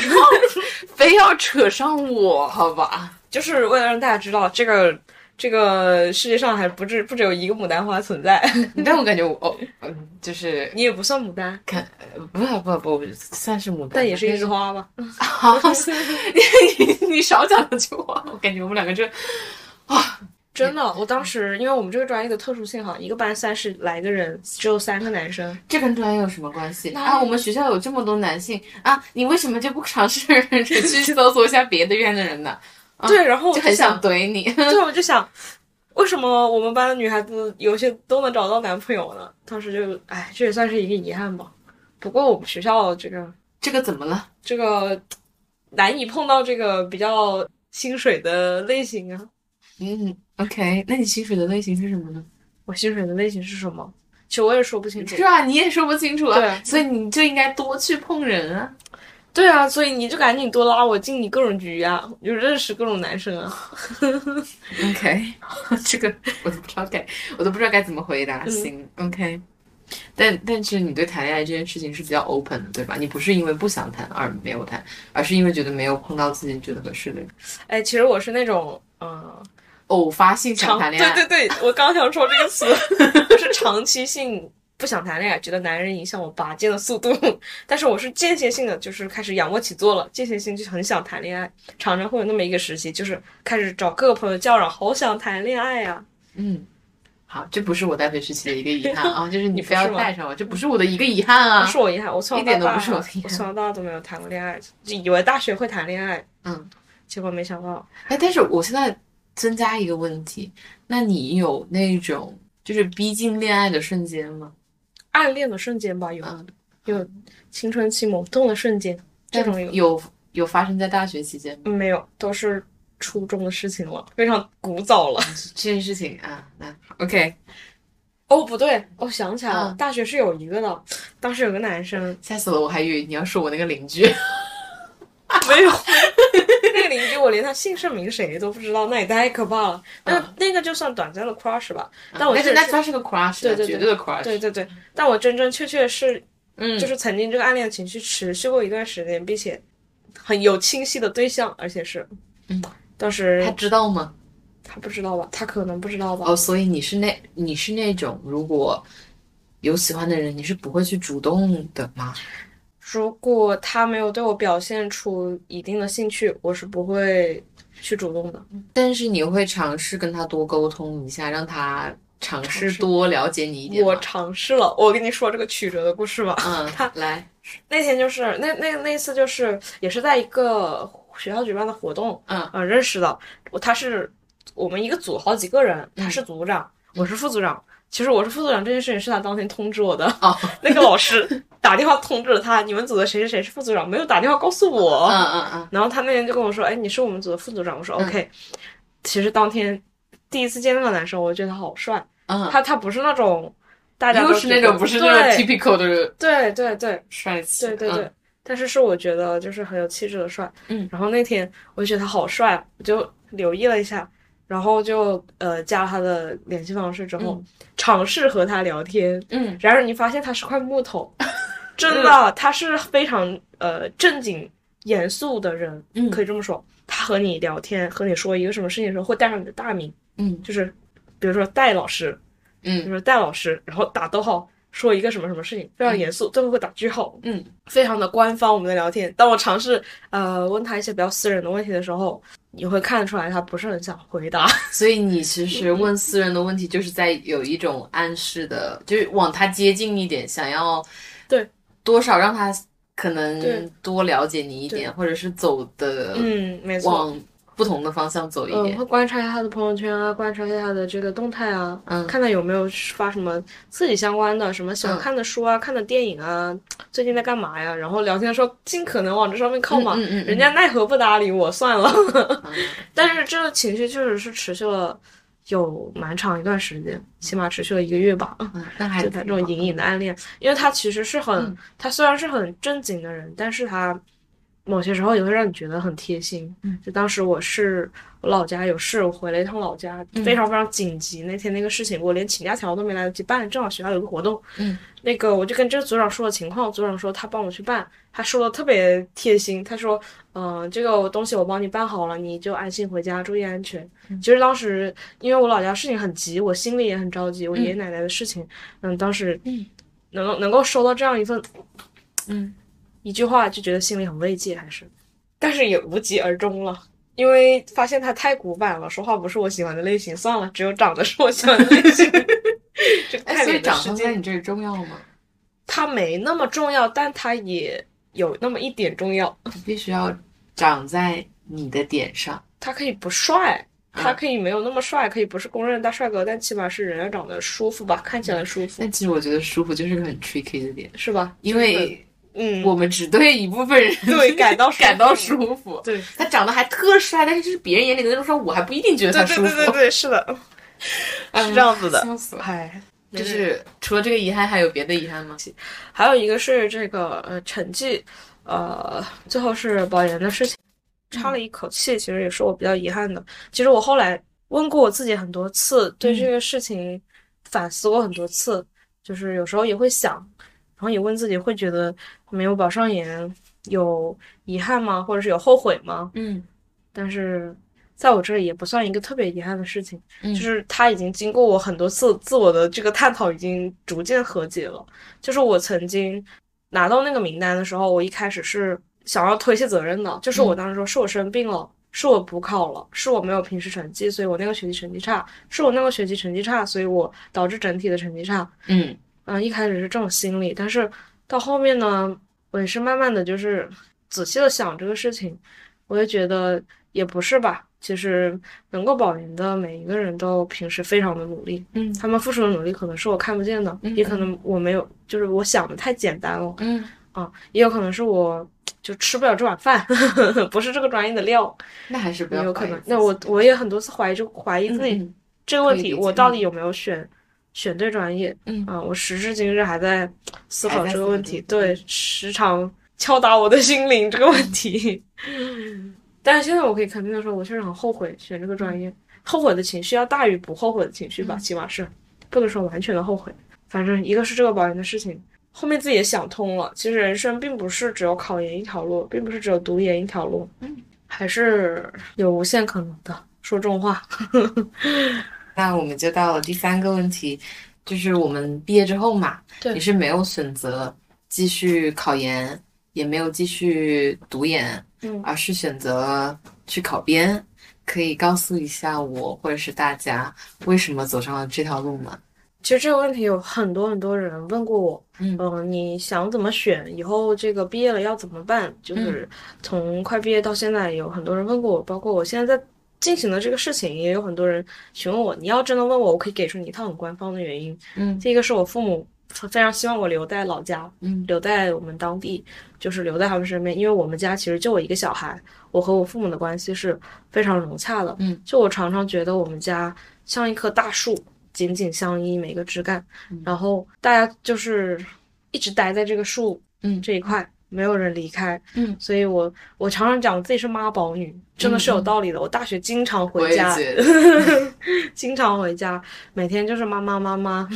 非要扯上我，好吧？
就是为了让大家知道这个这个世界上还不止不只有一个牡丹花 存在，
但我感觉我哦，嗯，就是
你也不算牡丹，
不不不，算是牡丹，
但也是一枝花吧。
好， 你你少讲两句话，我感觉我们两个这
真的，我当时因为我们这个专业的特殊性哈，一个班三十来个人，只有三个男生，
这跟专业有什么关系
那
啊？我们学校有这么多男性啊，你为什么就不尝试 去搜索一下别的院的人呢？
对，然后我
啊就
就
很想
想，
怼你。
对，我就想，为什么我们班的女孩子有些都能找到男朋友呢？当时就，哎，这也算是一个遗憾吧。不过我们学校这个
这个怎么了？
这个难以碰到这个比较薪水的类型啊。
嗯，OK，那你薪水的类型是什么呢？
我薪水的类型是什么？其实我也说不清楚
是。啊，你也说不清楚啊，
对
所以你就应该多去碰人啊。
对啊，所以你就赶紧多拉我进你各种局啊，就认识各种男生啊。
OK，这 个我都不知道该，我都不知道该怎么回答。
嗯
行，OK。但但是你对谈恋爱这件事情是比较 open 的，对吧？你不是因为不想谈而没有谈，而是因为觉得没有碰到自己觉得合适的人，
哎，其实我是那种，嗯，
偶发性想
长
谈恋爱。
哦对对对，我刚想说这个词， 就是长期性不想谈恋爱，觉得男人影响我拔剑的速度。 但是我是间歇性的，就是开始仰卧起坐了，间歇性就很想谈恋爱，常常会有那么一个时期，就是开始找各个朋友叫嚷，好想谈恋爱啊呀、
嗯，好，这不是我大学时期的一个遗憾 啊，就是你
你
不
不
要
是吗
带上我，这不是我的一个遗憾啊。
不是我遗憾，我从小
一点
到
都
大，
不是我
我
的遗憾
从小到大都没有谈过恋爱，就以为大学会谈恋爱，
嗯，
结果没想到，
哎，但是我现在增加一个问题，那你有那种就是逼近恋爱的瞬间吗？
暗恋的瞬间吧，有
嗯
有青春期萌动的瞬间，这种有
但有有发生在大学期间吗？
没有，都是初中的事情了，非常古早了。
这件事情啊，那 OK，
哦，不对，我想起来了，
嗯
大学是有一个的，当时有个 男生
吓死了，我还以为你要说我那个邻居。
没有，那个邻居我连他姓甚名谁都不知道，那也太可怕了。那、
嗯
那个就算短暂的 crush 吧， 但我
但是
确
那嗯
实
他是个 crush，啊
对对对
绝对的 crush。
对，对对，但我真真确确是
嗯，
就是曾经这个暗恋情绪持续过一段时间，并且很有清晰的对象，而且是，
嗯，
当时
他知道吗？
他不知道吧，他可能不知道吧，
哦，所以你是那你是那种如果有喜欢的人，你是不会去主动的吗？
如果他没有对我表现出一定的兴趣，我是不会去主动的。
但是你会尝试跟他多沟通一下，让他尝试
尝试
多了解你一点吗
我尝试了，我跟你说这个曲折的故事吧。
嗯
他，
来，
那天就是那那那次就是也是在一个学校举办的活动，
嗯
呃认识的。我他是我们一个组好几个人，
嗯
他是组长，我是副组长。其实我是副组长这件事情是他当天通知我的，
哦，
那个老师，打电话通知了他，你们组的谁谁谁是副组长，没有打电话告诉我。
嗯嗯嗯，
然后他那天就跟我说：“哎，你是我们组的副组长。”我说
嗯
：“OK。”其实当天第一次见那个男生，我就觉得他好帅。
嗯，
他他不是那种大家都
又是那
觉得
种不是那种
对
typical 的
对对对
帅气，
对对
嗯
对，但是是我觉得就是很有气质的帅。
嗯
然后那天我就觉得他好帅，啊我就留意了一下，然后就呃加了他的联系方式之后，尝试和他聊天。
嗯
然而你发现他是块 木头，真的，他是非常呃正经严肃的人，
嗯
可以这么说。他和你聊天，和你说一个什么事情的时候，会带上你的大名，
嗯
就是比如说戴老师，就
嗯
是戴老师，然后打逗号说一个什么什么事情，非常严肃，最后会打句号，
嗯，
非常的官方。我们的聊天，当我尝试呃问他一些比较私人的问题的时候，你会看得出来他不是很想回答。
所以你其实
嗯
问私人的问题，就是在有一种暗示的，就是往他接近一点，想要
对
多少让他可
对
能多了解你一点，或者是走的
嗯，没错。
往不同的方向走一
嗯，
点。
会观察一下他的朋友圈啊，观察一下他的这个动态啊，
嗯
看他有没有发什么自己相关的，什么喜欢
嗯
看的书啊、看的电影啊，最近在干嘛呀？然后聊天的时候尽可能往这上面靠嘛，
嗯嗯嗯嗯
人家奈何不搭理我，算了。
嗯
但是这个情绪确实是持续了有蛮长一段时间，起码持续了一个月吧。
嗯，那还
就他这种隐隐的暗恋，因为他其实是很，
嗯
他虽然是很正经的人，但是他某些时候也会让你觉得很贴心。
嗯
就当时我是我老家有事，我回了一趟老家，
嗯
非常非常紧急。那天那个事情，我连请假条都没来得及办，正好学校有个活动，
嗯，
那个我就跟这个组长说了情况，组长说他帮我去办，他说的特别贴心，他说，嗯、这个东西我帮你办好了，你就安心回家，注意安全。
嗯
其实当时因为我老家事情很急，我心里也很着急，我爷爷奶奶的事情。嗯，当时
嗯
能够能够收到这样一份
嗯
一句话，就觉得心里很慰藉，还是，但是也无疾而终了，因为发现他太古板了，说话不是我喜欢的类型，算了，只有长得是我喜欢的类型。 这
哎，
看
所以
脸的
长
世
相在
界，
你这里重要吗？
他没那么重要，但他也有那么一点重要。
你必须要长在你的点上。
他可以不帅，他
嗯
可以没有那么帅，可以不是公认的大帅哥，但起码是人要长得舒服吧，看起来舒服
但，其实我觉得舒服就是个很 tricky 的点，
是吧？
因为
嗯，
我们只对一部分人
对感到舒 服
感到舒服。
对。
他长得还特帅，但是就是别人眼里的那种帅，我还不一定觉得
对
他
对
舒服。
对对对，是 的，
嗯
是这样子的。
笑死了。
嗨，
就
就是
是除了这个遗憾，还有别的遗憾吗？
还有一个是这个呃成绩，呃，最后是保研的事情，差了一口气，其实也是我比较遗憾的。其实我后来问过我自己很多次，对这个事情反思过很多次，就是有时候也会想，然后也问自己，会觉得没有保上研有遗憾吗？或者是有后悔吗？
嗯
但是在我这里也不算一个特别遗憾的事情，
嗯
就是它已经经过我很多次自我的这个探讨，已经逐渐和解了。就是我曾经拿到那个名单的时候，我一开始是想要推卸责任的，就是我当时说是我生病了。是我补考了，是我没有平时成绩，所以我那个学期成绩差；是我那个学期成绩差，所以我导致整体的成绩差。
嗯
嗯，一开始是这种心理，但是到后面呢，我也是慢慢的就是仔细的想这个事情，我就觉得也不是吧。其实能够保研的每一个人都平时非常的努力，
嗯
他们付出的努力可能是我看不见的，也可能我没有，就是我想的太简单了
嗯，
啊，也有可能是我就吃不了这碗饭， 不是这个专业的料，
那还是不
也
要
有
怀
可
疑
能。
自
那
己
我我也很多次怀疑，就怀疑
嗯
自己
嗯
这个问
可以
题，
理解
我到底有没有选选对专业？
嗯
啊，我时至今日还在思
还
考
在
这个
思
问
考
题，
这个嗯
对，时常敲打我的心灵这个问题。 但是现在我可以肯定的说，我确实很后悔选这个专业，后悔的情绪要大于不后悔的情绪
嗯
吧，起码是不能说完全的后悔。反正一个是这个保研的事情，后面自己也想通了，其实人生并不是只有考研一条路，并不是只有读研一条路，
嗯，
还是有无限可能的。说重话，
那我们就到了第三个问题，就是我们毕业之后嘛，
对
你是没有选择继续考研，也没有继续读研，
嗯
而是选择去考编。可以告诉一下我或者是大家为什么走上了这条路吗？
其实这个问题有很多很多人问过我，
嗯
呃你想怎么选？以后这个毕业了要怎么办？就是从快毕业到现在，有很多人问过我，包括我现在在进行的这个事情，也有很多人询问我。你要真的问我，我可以给出你一套很官方的原因。
嗯
第一个是我父母非常希望我留在老家，
嗯
留在我们当地，就是留在他们身边，因为我们家其实就我一个小孩，我和我父母的关系是非常融洽的。
嗯，
就我常常觉得我们家像一棵大树，紧紧相依，每个枝干，
嗯
然后大家就是一直待在这个树
嗯
这一块，没有人离开。
嗯，
所以我我常常讲我自己是妈宝女，真的是有
嗯
道理的。我大学经常
我
回
也
家，
觉得，
经常回家，每天就是妈妈妈妈。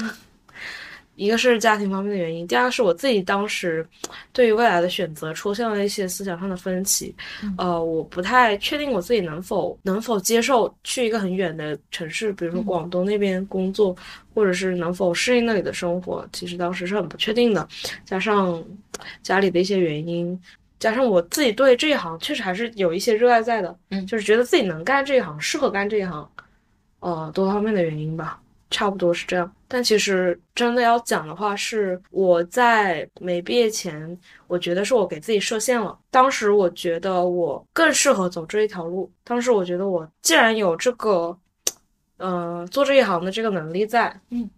一个是家庭方面的原因，第二个是我自己当时对于未来的选择出现了一些思想上的分歧，
嗯
呃，我不太确定我自己能否能否接受去一个很远的城市，比如说
嗯
广东那边工作，或者是能否适应那里的生活，其实当时是很不确定的，加上家里的一些原因，加上我自己对这一行确实还是有一些热爱在的，
嗯
就是觉得自己能干这一行，适合干这一行，呃，多方面的原因吧，差不多是这样。但其实真的要讲的话，是我在没毕业前，我觉得是我给自己设限了。当时我觉得我更适合走这一条路，当时我觉得我既然有这个，呃，做这一行的这个能力在，
嗯，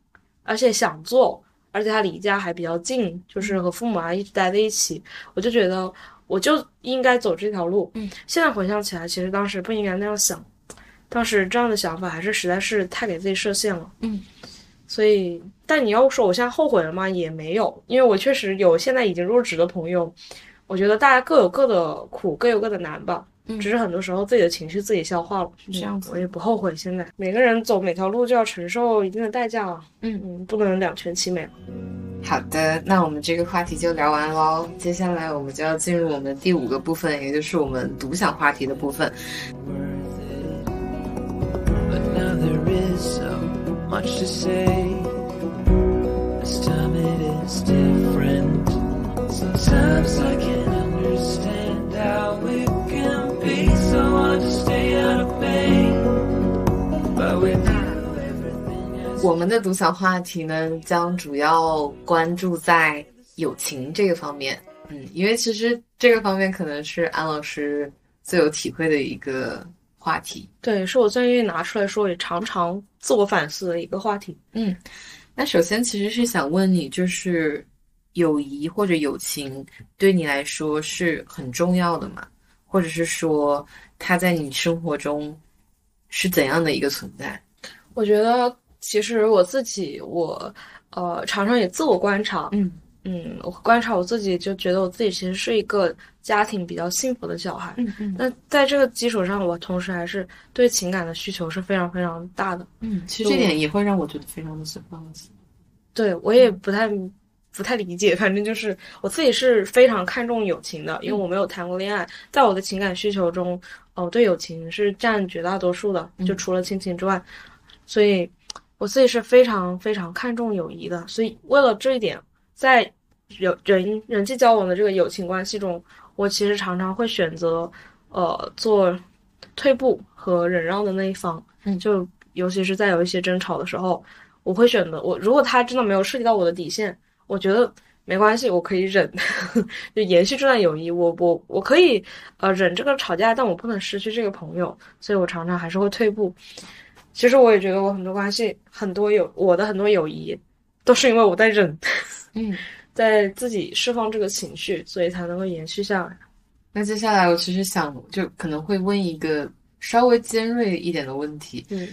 而且想做。而且他离家还比较近，就是
嗯
和父母啊一直待在一起，我就觉得我就应该走这条路。
嗯，
现在回想起来，其实当时不应该那样想，当时这样的想法还是实在是太给自己设限了。
嗯，
所以，但你要说我现在后悔了吗？也没有，因为我确实有现在已经入职的朋友，我觉得大家各有各的苦，各有各的难吧。
嗯
只是很多时候自己的情绪自己消化了，
是这样子
我也不后悔。现在每个人走每条路就要承受一定的代价了。
嗯
嗯，不能两全其美。
好的，那我们这个话题就聊完喽。接下来我们就要进入我们的第五个部分，也就是我们独享话题的部分。
worth it. But now there is so much to say. This time it is different. Sometimes I can't understand how we can be so hard to stay out of pain. But we do everything as
我们的独享话题呢，将主要关注在友情这个方面。嗯，因为其实这个方面可能是安老师最有体会的一个话题。
对，是我最近拿出来说，也常常自我反思的一个话题。
那首先其实是想问你，就是友谊或者友情对你来说是很重要的吗？或者是说它在你生活中是怎样的一个存在？
我觉得其实我自己，我呃常常也自我观察，
嗯
嗯，我观察我自己，就觉得我自己其实是一个家庭比较幸福的小孩。
嗯嗯
那在这个基础上，我同时还是对情感的需求是非常非常大的。
嗯，其实这点也会让我觉得非常的 surprise。
对，我
嗯
也不太不太理解，反正就是我自己是非常看重友情的，
嗯
因为我没有谈过恋爱，在我的情感需求中，哦，对友情是占绝大多数的，就
嗯
除了亲情之外，所以我自己是非常非常看重友谊的，所以为了这一点，在友人人际交往的这个友情关系中，我其实常常会选择呃做退步和忍让的那一方，
嗯
就尤其是在有一些争吵的时候，我会选择我如果他真的没有涉及到我的底线，我觉得没关系，我可以忍，就延续这段友谊，我我我可以呃忍这个吵架，但我不能失去这个朋友，所以我常常还是会退步。其实我也觉得我很多关系，很多友我的很多友谊，都是因为我在忍，
嗯，
在自己释放这个情绪，所以才能够延续下来。
那接下来我其实想就可能会问一个稍微尖锐一点的问题，
嗯，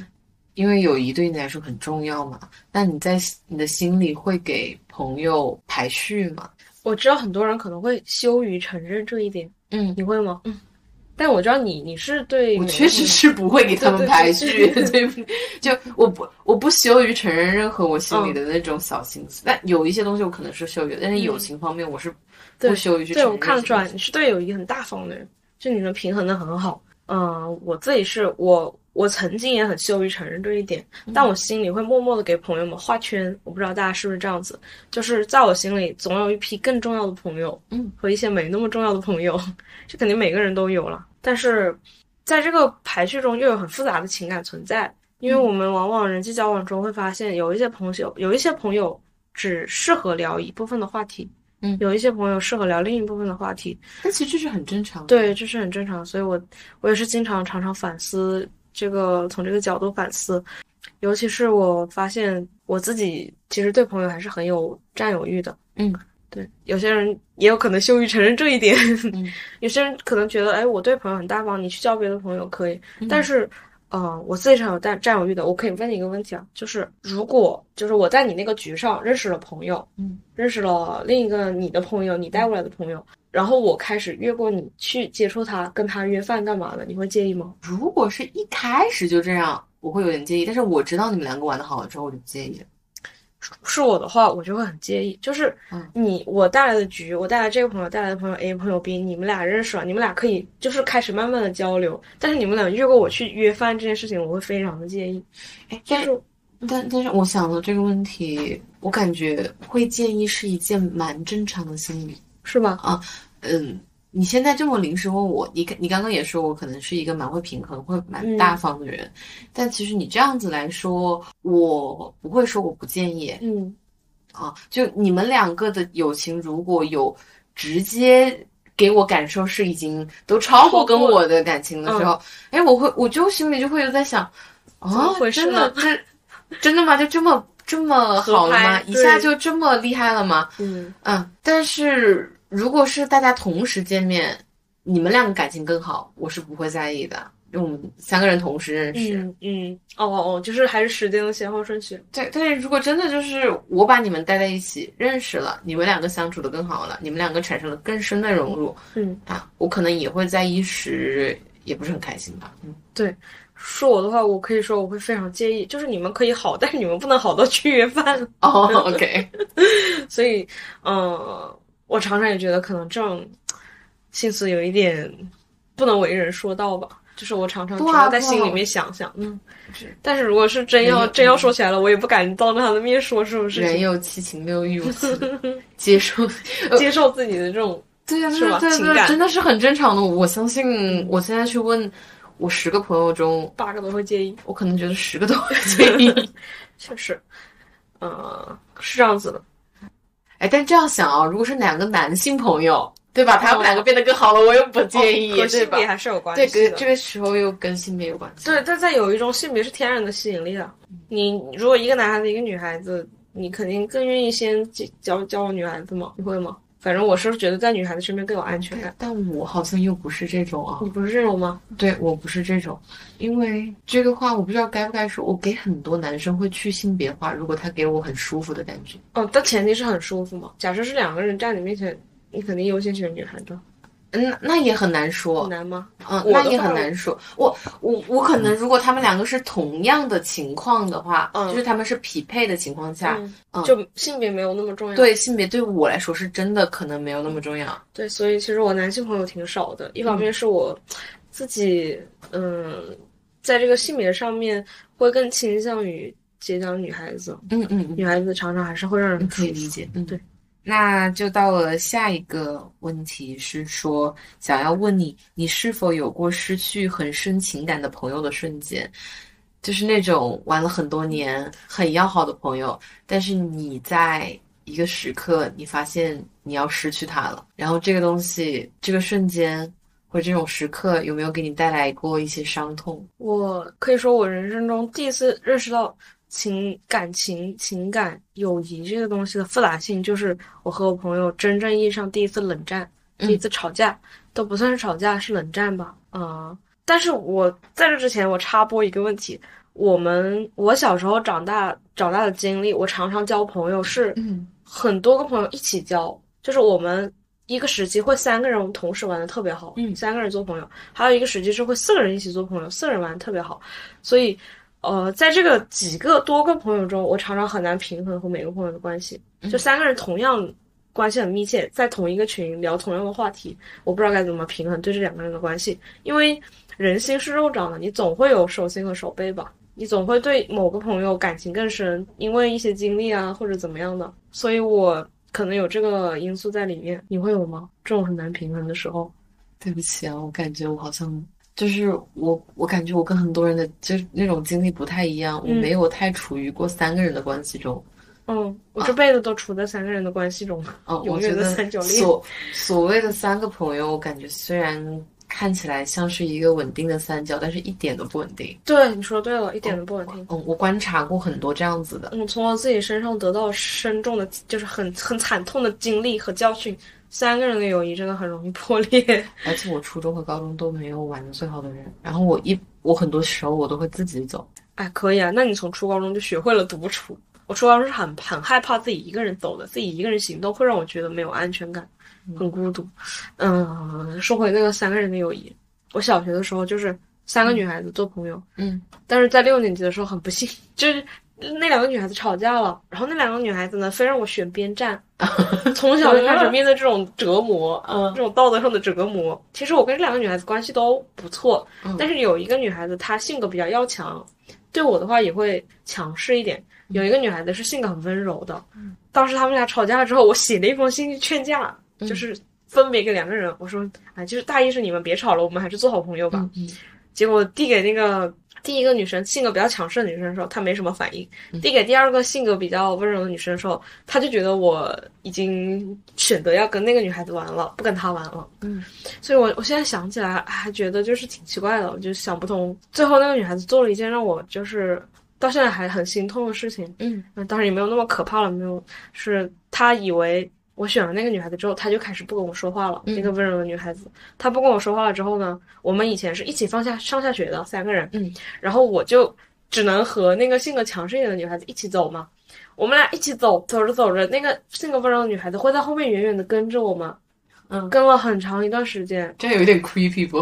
因为友谊对你来说很重要嘛。那你在你的心里会给朋友排序吗？
我知道很多人可能会羞于承认这一点，
嗯，
你会吗？嗯，但我知道你你是对
我
每个
确实
人
是不会给他们排序，
对
对不对？就我不我不羞于承认任何我心
嗯
里的那种小心思，但有一些东西我可能是羞于的，但是友情方面我是
嗯对
不羞于去承
对，
认
我看得
这
出
种
来
东西
你是对友谊很大方的人，就你能平衡的很好。嗯，我自己是我我曾经也很羞于承认这一点，但我心里会默默的给朋友们画圈。我不知道大家是不是这样子，就是在我心里总有一批更重要的朋友，
嗯，
和一些没那么重要的朋友， 这肯定每个人都有了。但是在这个排序中又有很复杂的情感存在，因为我们往往人际交往中会发现有一些朋友，有一些朋友只适合聊一部分的话题，
嗯
有一些朋友适合聊另一部分的话题，
但其实这是很正常的。
对，这是很正常，所以我我也是经常常常反思这个，从这个角度反思。尤其是我发现我自己其实对朋友还是很有占有欲的。
嗯，
对，有些人也有可能羞于承认这一点，
嗯
有些人可能觉得，哎，我对朋友很大方，你去交别的朋友可以，
嗯
但是。呃，我自己是很有占占有欲的。我可以问你一个问题啊，就是如果就是我在你那个局上认识了朋友，
嗯，
认识了另一个你的朋友，你带过来的朋友，然后我开始越过你去接触他，跟他约饭干嘛的，你会介意吗？
如果是一开始就这样，我会有点介意。但是我知道你们两个玩的好了之后，我就不介意了。
是我的话，我就会很介意。就是
嗯
你我带来的局，我带来这个朋友，带来的朋友 A、朋友 B，你们俩认识了，你们俩可以就是开始慢慢的交流。但是你们俩越过我去约饭这件事情，我会非常的介意。
哎，
就
但
是
但但是我想了这个问题，我感觉会介意是一件蛮正常的心理。
是吧？
嗯，你现在这么临时问我，你你刚刚也说我可能是一个蛮会平衡、会蛮
嗯
大方的人，但其实你这样子来说，我不会说我不建议
嗯，
啊。就你们两个的友情，如果有直接给我感受是已经都超过跟我的感情的时候，哎，我会我就心里就会有在想，
嗯怎么
啊，
回事
真的这真的吗？就这么这么好了
合
吗
拍？
一下
对
就这么厉害了吗？
嗯，
嗯，但是如果是大家同时见面，你们两个感情更好，我是不会在意的，因为我们三个人同时认识。
嗯嗯，哦哦，哦，就是还是时间的先后顺序。
对，但是如果真的就是我把你们带在一起认识了，你们两个相处的更好了，你们两个产生了更深的融入
嗯，
啊，我可能也会在一时也不是很开心吧。 嗯，
说我的话，我可以说我会非常介意，就是你们可以好，但是你们不能好到去约饭。
哦、o k
所以，呃，我常常也觉得可能这种心思有一点不能为人说道吧。就是我常常只
不啊
能在
不啊
心里面想想，嗯
是。
但是如果是真
人
要
有嗯
真要说起来了，我也不敢当着他的面说这种事
人
情，
有七情六欲，我此接 受
接受自己的这种，
对呀，
是
对
吧
对
情
对，
感
真的是很正常的。我相信，我现在去问我十个朋友中，
八个都会介意。
我可能觉得十个都会介 意。
确实，呃，是这样子的。
哎，但这样想啊，如果是两个男性朋友，对吧？他们
哦
两个变得更好了，我又不介意，
和
对
性
吧
别？还是有关
对，
系
跟
的。
这个时候又跟性别有关系。
对，但在有一种性别是天然的吸引力的。
嗯
你如果一个男孩子一个女孩子，你肯定更愿意先交交往女孩子嘛？你会吗？反正我是觉得在女孩子身边更有安全
对
感。
但我好像又不是这种啊，
你不是这种吗？
对我不是这种，因为这个话我不知道该不该说。我给很多男生会去性别化，如果他给我很舒服的感觉，
哦，但前提是很舒服嘛。假设是两个人站你面前，你肯定优先选女孩子，
嗯，那也很难说，
很难吗？
嗯，
我
那
的
也
话
很难说。我我我可能，如果他们两个是同样的情况的话，
嗯
就是他们是匹配的情况下，
嗯
嗯
就性别没有那么重要。
对性别对我来说是真的可能没有那么重要。
对，所以其实我男性朋友挺少的。一方
嗯
面是我自己，嗯，在这个性别上面会更倾向于结交女孩子。
嗯嗯
女孩子常常还是会让人
嗯，可以理解。嗯，对。那就到了下一个问题，是说想要问你，你是否有过失去很深情感的朋友的瞬间？就是那种玩了很多年、很要好的朋友，但是你在一个时刻，你发现你要失去他了，然后这个东西、这个瞬间或者这种时刻，有没有给你带来过一些伤痛？
我可以说，我人生中第一次认识到情感情、情感、友谊这个东西的复杂性，就是我和我朋友真正意义上第一次冷战，
嗯
第一次吵架，都不算是吵架，是冷战吧？啊、但是我在这之前，我插播一个问题：我们我小时候长大长大的经历，我常常交朋友是
嗯
很多个朋友一起交，就是我们一个时期会三个人同时玩的特别好，
嗯
三个人做朋友；还有一个时期是会四个人一起做朋友，四个人玩的特别好。所以，呃，在这个几个多个朋友中，我常常很难平衡和每个朋友的关系。
嗯
就三个人同样关系很密切，在同一个群聊同样的话题，我不知道该怎么平衡对这两个人的关系，因为人心是肉长的，你总会有手心和手背吧。你总会对某个朋友感情更深，因为一些经历啊或者怎么样的，所以我可能有这个因素在里面。你会有吗？这种很难平衡的时候，
对不起啊，我感觉我好像就是我，我感觉我跟很多人的就是那种经历不太一样，我
嗯
没有太处于过三个人的关系中。
嗯，我这辈子都处在三个人的关系中，
嗯，
永
我觉
远的
得
三角恋
所所谓的三个朋友，我感觉虽然看起来像是一个稳定的三角，但是一点都不稳定。
对，你说对了，一点都不稳定。
嗯，我观察过很多这样子的，
我从我自己身上得到深重的，就是很很惨痛的经历和教训。三个人的友谊真的很容易破裂。
而且我初中和高中都没有玩的最好的人。然后我一我很多时候我都会自己走，
哎，可以啊，那你从初高中就学会了独处。我初高中是很很害怕自己一个人走的，自己一个人行动会让我觉得没有安全感，很孤独。嗯，说回那个三个人的友谊，我小学的时候就是三个女孩子做朋友，
嗯，
但是在六年级的时候很不幸，就是那两个女孩子吵架了，然后那两个女孩子呢非让我选 边站，从小就开始面对这种折磨，
嗯
这种道德上的折磨。其实我跟这两个女孩子关系都不错，
嗯
但是有一个女孩子她性格比较要强，对我的话也会强势一点。
嗯
有一个女孩子是性格很温柔的，当时他们俩吵架之后，我写了一封信去劝架，
嗯
就是分别给两个人，我说，哎，就是大意是你们别吵了，我们还是做好朋友吧。
嗯嗯
结果递给那个第一个女生性格比较强势的女生的时候，她没什么反应；
嗯
递给第二个性格比较温柔的女生的时候，她就觉得我已经选择要跟那个女孩子玩了，不跟她玩了。
嗯，
所以我我现在想起来还觉得就是挺奇怪的，我就想不通。最后那个女孩子做了一件让我就是到现在还很心痛的事情，
嗯
嗯，当然也没有那么可怕了，没有，是他以为我选了那个女孩子之后，他就开始不跟我说话了。那
嗯
个温柔的女孩子，她不跟我说话了之后呢，我们以前是一起放下上下学的三个人，
嗯，
然后我就只能和那个性格强势一点的女孩子一起走嘛。我们俩一起走，走着走着，那个性格温柔的女孩子会在后面远远的跟着我们，
嗯，
跟了很长一段时间。
这有点 creepy 不？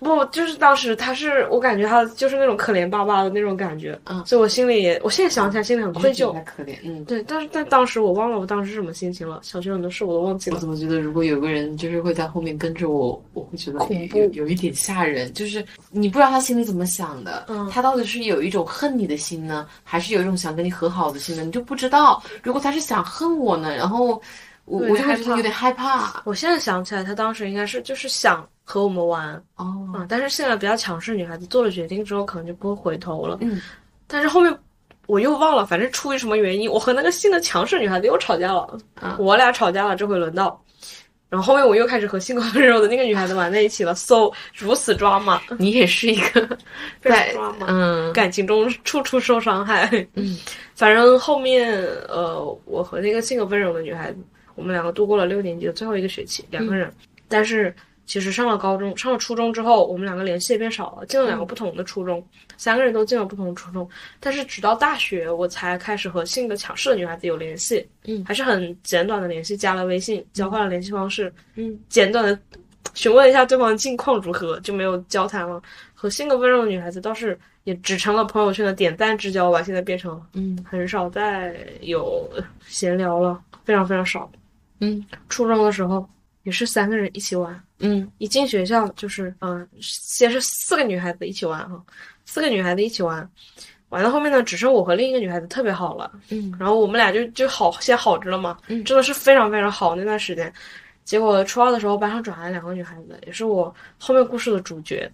不，就是当时她是我感觉她就是那种可怜巴巴的那种感觉，
嗯
所以我心里也，我现在想起来心里很愧疚，
太可怜。嗯，
对，但是但当时我忘了我当时是什么心情了，小学很多事我都忘记
我
了。
怎么觉得如果有个人就是会在后面跟着我，我会觉得
恐
有
怖
有有一点吓人，就是你不知道他心里怎么想的，
嗯
他到底是有一种恨你的心呢，还是有一种想跟你和好的心呢？你就不知道。如果他是想恨我呢，然后我
对
我就
害
会
怕
有点害怕。
我现在想起来，他当时应该是就是想和我们玩啊、
哦，
但是现在比较强势的女孩子做了决定之后，可能就不会回头了。
嗯，
但是后面我又忘了，反正出于什么原因，我和那个性格强势的女孩子又吵架了，
啊
我俩吵架了，这回轮到。然后后面我又开始和性格温柔的那个女孩子玩在一起了，so 如此抓马，
你也是一 个在
嗯抓马。
嗯
感情中处处受伤害。
嗯，
反正后面呃，我和那个性格温柔的女孩子，我们两个度过了六年级的最后一个学期，两个
嗯
人。但是其实上了高中，上了初中之后，我们两个联系也变少了，进了两个不同的初中，三个人都进了不同的初中。但是直到大学，我才开始和性格强势的女孩子有联系，
嗯
还是很简短的联系，加了微信，交换了联系方式，
嗯，
简短的询问一下对方近况如何，就没有交谈了。和性格温柔的女孩子倒是也只成了朋友圈的点赞之交吧，现在变成了
嗯
很少再有闲聊了，非常非常少。
嗯
初中的时候也是三个人一起玩，
嗯
一进学校就是嗯、呃先是四个女孩子一起玩哈，四个女孩子一起玩，玩到后面呢，只剩我和另一个女孩子特别好了，
嗯
然后我们俩就就好先好着了嘛，
嗯
真的是非常非常好那段时间。结果初二的时候，班上转来两个女孩子，也是我后面故事的主角。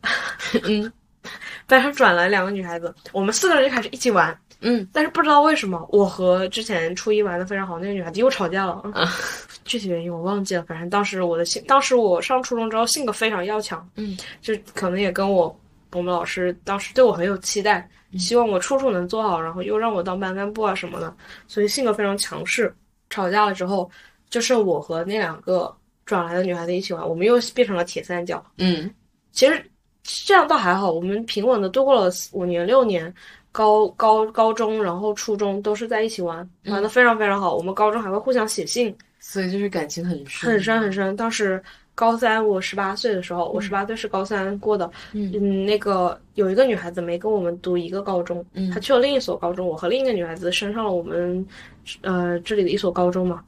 嗯
班上转来两个女孩子，我们四个人就开始一起玩，
嗯，
但是不知道为什么，我和之前初一玩的非常好那个女孩子又吵架了，
啊
嗯、具体原因我忘记了，反正当时我的性，当时我上初中之后性格非常要强，
嗯，
就可能也跟我我们老师当时对我很有期待，
嗯
希望我处处能做好，然后又让我当班干部啊什么的，所以性格非常强势。吵架了之后，就剩我和那两个转来的女孩子一起玩，我们又变成了铁三角。
嗯
其实这样倒还好，我们平稳的度过了四五年六年，高高高中，然后初中都是在一起玩，玩的非常非常好。我们高中还会互相写信，
所以就是感情很深
很深很深。当时高三，我十八岁的时候，我十八岁是高三过的。
嗯
嗯，那个有一个女孩子没跟我们读一个高中，
嗯
她去了另一所高中，我和另一个女孩子升上了我们呃这里的一所高中嘛。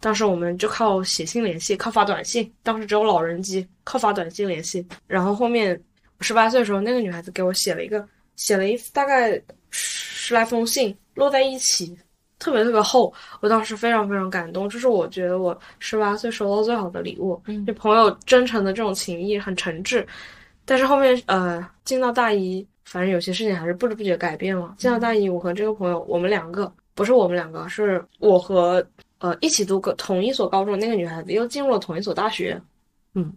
当时我们就靠写信联系，靠发短信，当时只有老人机，靠发短信联系。然后后面十八岁的时候，那个女孩子给我写了一个，写了一大概十来封信，摞在一起，特别特别厚。我当时非常非常感动，这是我觉得我十八岁收到最好的礼物。
嗯
对朋友真诚的这种情谊很诚挚。但是后面呃，进到大一，反正有些事情还是不知不觉改变了。进到大一，我和这个朋友，我们两个不是我们两个，是我和呃一起读个同一所高中的那个女孩子，又进入了同一所大学。嗯，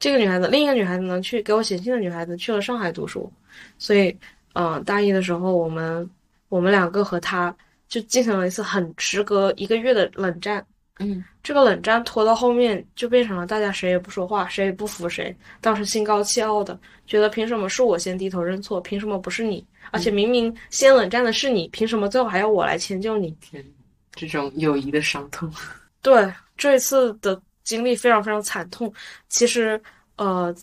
这个女孩子，另一个女孩子呢，去给我写信的女孩子去了上海读书，所以，嗯、大一的时候，我们我们两个和她就进行了一次很时隔一个月的冷战。
嗯，
这个冷战拖到后面就变成了大家谁也不说话，谁也不服谁，当时心高气傲的，觉得凭什么是我先低头认错，凭什么不是你？而且明明先冷战的是你，凭什么最后还要我来迁就你？
这种友谊的伤 痛。
对，这一次的经历非常非常惨痛。其实，呃，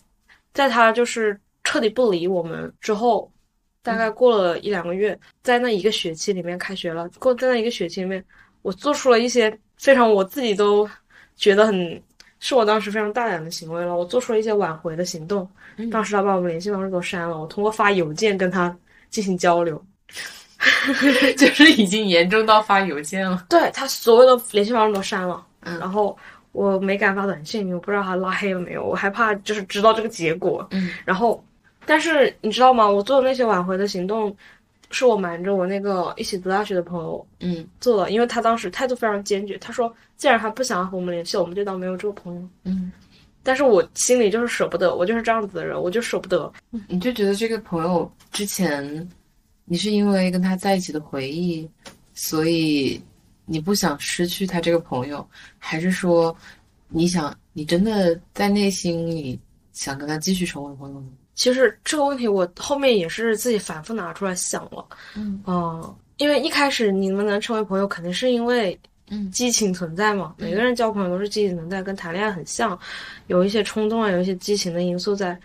在他就是彻底不理我们之后，大概过了一两个月，在那一个学期里面，开学了，过在那一个学期里面，我做出了一些非常我自己都觉得很是我当时非常大胆的行为了。我做出了一些挽回的行动，
嗯
当时他把我们联系方式都删了，我通过发邮件跟他进行交流。
就是已经严重到发邮件了。
对他所有的联系方式都删了，
嗯
然后我没敢发短信，我不知道他拉黑了没有，我害怕就是知道这个结果，
嗯，
然后，但是你知道吗？我做的那些挽回的行动，是我瞒着我那个一起读大学的朋友
嗯
做的，因为他当时态度非常坚决，他说既然他不想和我们联系，我们就当没有这个朋友。
嗯，
但是我心里就是舍不得，我就是这样子的人，我就舍不得。
你就觉得这个朋友之前，你是因为跟他在一起的回忆，所以你不想失去他这个朋友，还是说你想你真的在内心里想跟他继续成为朋友呢？
其实这个问题我后面也是自己反复拿出来想了，
嗯
哦，因为一开始你们能成为朋友，肯定是因为
嗯
激情存在嘛。每个人交朋友都是激情存在，跟谈恋爱很像，有一些冲动啊，有一些激情的因素在。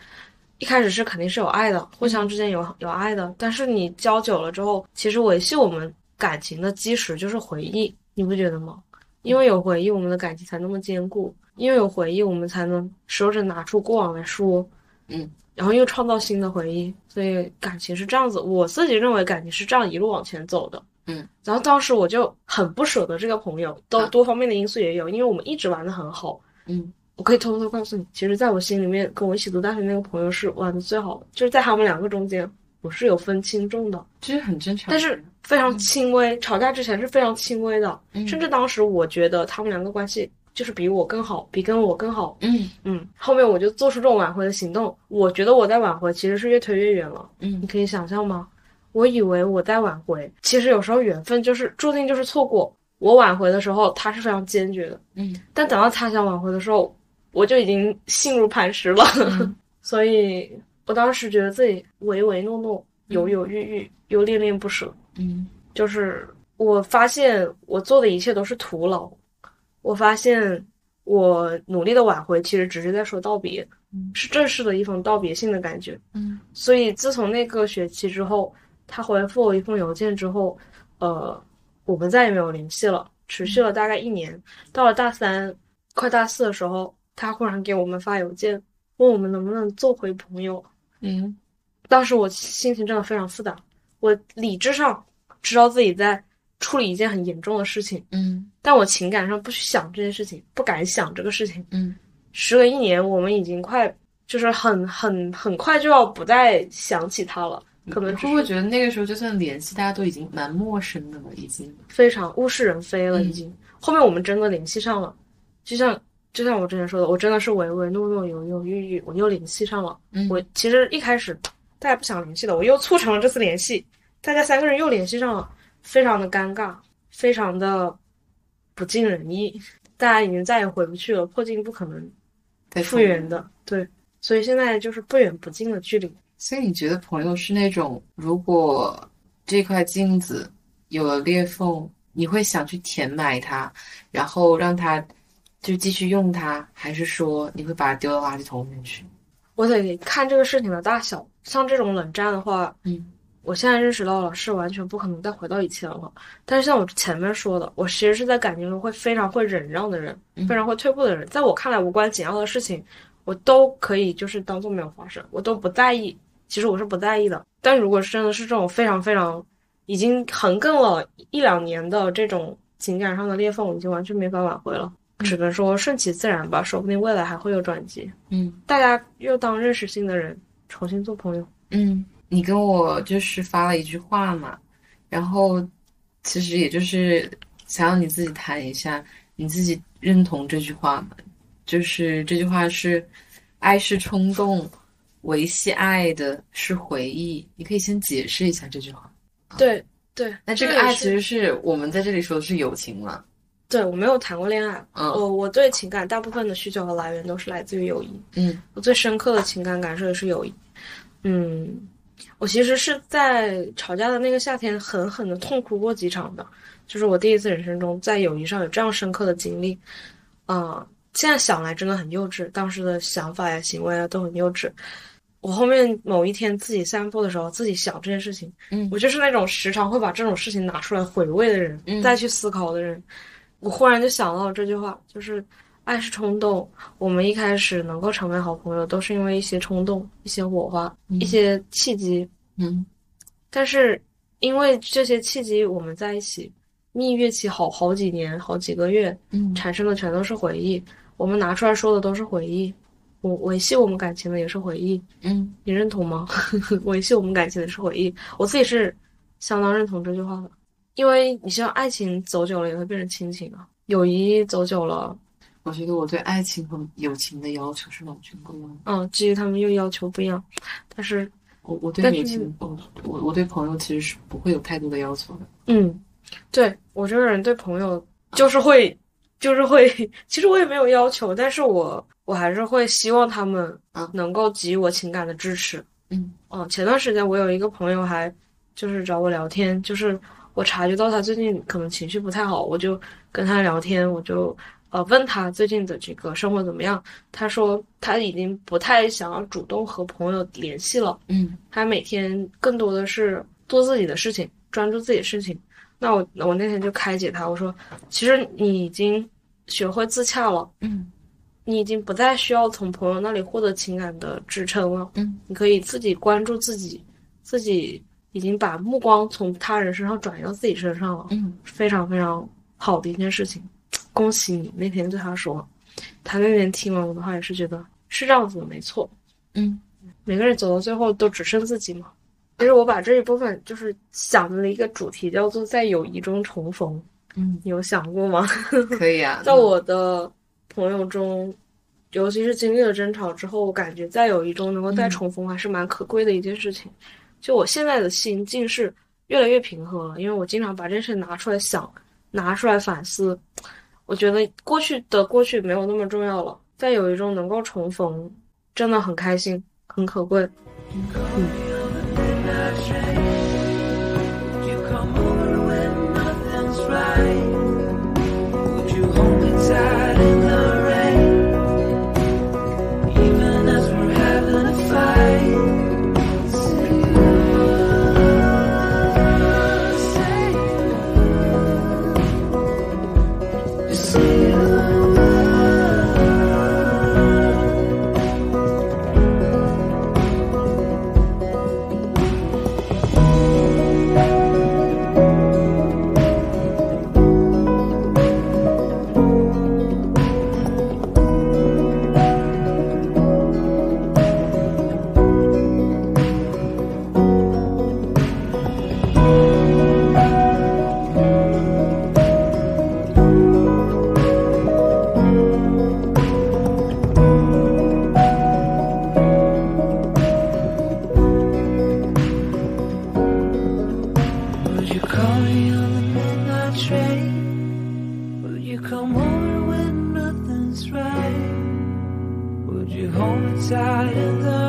一开始是肯定是有爱的，互
嗯
相之间有有爱的，但是你交久了之后，其实维系我们感情的基石就是回忆，你不觉得吗？因为有回忆，我们的感情才那么坚固；因为有回忆，我们才能时着拿出过往来说。
嗯，
然后又创造新的回忆，所以感情是这样子。我自己认为感情是这样一路往前走的。
嗯，
然后当时我就很不舍得这个朋友，都
啊
多方面的因素也有，因为我们一直玩的很好。
嗯
我可以偷偷告诉你，其实在我心里面，跟我一起读大学那个朋友是玩的最好的，就是在他们两个中间，我是有分轻重的。
这是 很正常的。
但是非常轻微，吵架之前是非常轻微的，
嗯
甚至当时我觉得他们两个关系就是比我更好，比跟我更好。
嗯
嗯，后面我就做出这种挽回的行动，我觉得我在挽回其实是越推越远了，你
嗯
可以想象吗？我以为我在挽回，其实有时候缘分就是注定就是错过。我挽回的时候，他是非常坚决的，
嗯
但等到他想挽回的时候，我就已经心如磐石了。
嗯
所以我当时觉得自己唯唯诺诺、犹犹豫豫、又恋恋不舍。
嗯
就是我发现我做的一切都是徒劳，我发现我努力的挽回其实只是在说道别
嗯，
是正式的一封道别信的感觉。
嗯
所以自从那个学期之后，他回复我一封邮件之后，呃，我们再也没有联系了，持续了大概一年。到了大三，快大四的时候，他忽然给我们发邮件，问我们能不能做回朋友。
嗯
当时我心情真的非常复杂，我理智上知道自己在处理一件很严重的事情，
嗯
但我情感上不去想这件事情，不敢想这个事情。
嗯
时隔一年，我们已经快就是很很很快就要不再想起他了，可能
嗯你
只
会不会
是
觉得那个时候就算联系，大家都已经蛮陌生的了，已经。
非常物是人非了，
嗯
已经。后面我们真的联系上了，就像就像我之前说的，我真的是唯唯诺诺、犹犹豫豫，我又联系上了。
嗯
我其实一开始大家不想联系的，我又促成了这次联系，大家三个人又联系上了，非常的尴尬，非常的不尽人意，大家已经再也回不去了，破镜不可能
在
复原
嗯
的，对，所以现在就是不远不近的距离。
所以你觉得朋友是那种，如果这块镜子有了裂缝，你会想去填埋它，然后让它就继续用它，还是说你会把它丢到垃圾桶里面去？
我得看这个事情的大小，像这种冷战的话，
嗯，
我现在认识到了是完全不可能再回到以前了。但是像我前面说的，我其实是在感情中会非常会忍让的人，
嗯
非常会退步的人。在我看来无关紧要的事情，我都可以就是当做没有发生，我都不在意。其实我是不在意的。但如果真的是这种非常非常已经横亘了一两年的这种情感上的裂缝，我已经完全没法挽回了，只能说顺其自然吧，说不定未来还会有转机。
嗯
大家又当认识新的人，重新做朋友。
嗯，你跟我就是发了一句话嘛，然后其实也就是想让你自己谈一下，你自己认同这句话吗？就是这句话是，爱是冲动，维系爱的是回忆。你可以先解释一下这句话。
对对，
那这个爱其实是我们在这里说的是友情嘛？
对我没有谈过恋爱，
嗯
我我对情感大部分的需求和来源都是来自于友谊。
嗯
我最深刻的情感感受也是友谊。嗯，我其实是在吵架的那个夏天狠狠的痛哭过几场的，就是我第一次人生中在友谊上有这样深刻的经历。啊、现在想来真的很幼稚，当时的想法呀、行为啊都很幼稚。我后面某一天自己散步的时候，自己想这件事情，
嗯
我就是那种时常会把这种事情拿出来回味的人，
嗯
再去思考的人。我忽然就想到了这句话，就是爱是冲动。我们一开始能够成为好朋友，都是因为一些冲动、一些火花、
嗯
一些契机。
嗯
但是因为这些契机，我们在一起蜜月期好好几年、好几个月，
嗯
产生的全都是回忆。我们拿出来说的都是回忆，我维系我们感情的也是回忆。
嗯
你认同吗？ 维系我们感情的是回忆，我自己是相当认同这句话的，因为你像爱情走久了也会变成亲情啊，友谊走久了，
我觉得我对爱情和友情的要求是完全不一样的。
嗯，基于他们又要求不一样，但是
我我对
但
友
是
情，我哦我我对朋友其实是不会有太多的要求的。
嗯，对，我这个人对朋友就是会，就是会，其实我也没有要求，但是我我还是会希望他们
嗯
能够给予我情感的支持。
嗯，
哦，前段时间我有一个朋友还就是找我聊天，就是我察觉到他最近可能情绪不太好，我就跟他聊天，我就呃问他最近的这个生活怎么样，他说他已经不太想要主动和朋友联系了。
嗯
他每天更多的是做自己的事情，专注自己的事情。那我我那天就开解他，我说，其实你已经学会自洽了，
嗯
你已经不再需要从朋友那里获得情感的支撑了，
嗯，
你可以自己关注自己，自己已经把目光从他人身上转移到自己身上了，
嗯
非常非常好的一件事情。恭喜你！那天对他说，他那天听完我的话也是觉得是这样子的，没错。
嗯
每个人走到最后都只剩自己嘛。其实我把这一部分就是想了一个主题，叫做在友谊中重逢。
嗯，
你有想过吗？
可以啊。
在我的朋友中，尤其是经历了争吵之后，我感觉在友谊中能够再重逢还是蛮可贵的一件事情。就我现在的心境是越来越平和了，因为我经常把这事拿出来想，拿出来反思。我觉得过去的过去没有那么重要了，在友谊中能够重逢，真的很开心，很可贵。
midnight train. Would you come over when nothing's right? Would you hold me tight in the rain? Even as we're having a fight. Say love, say love. Just say love. Would you call me on the midnight train? Would you come over when nothing's right? Would you hold me tight in the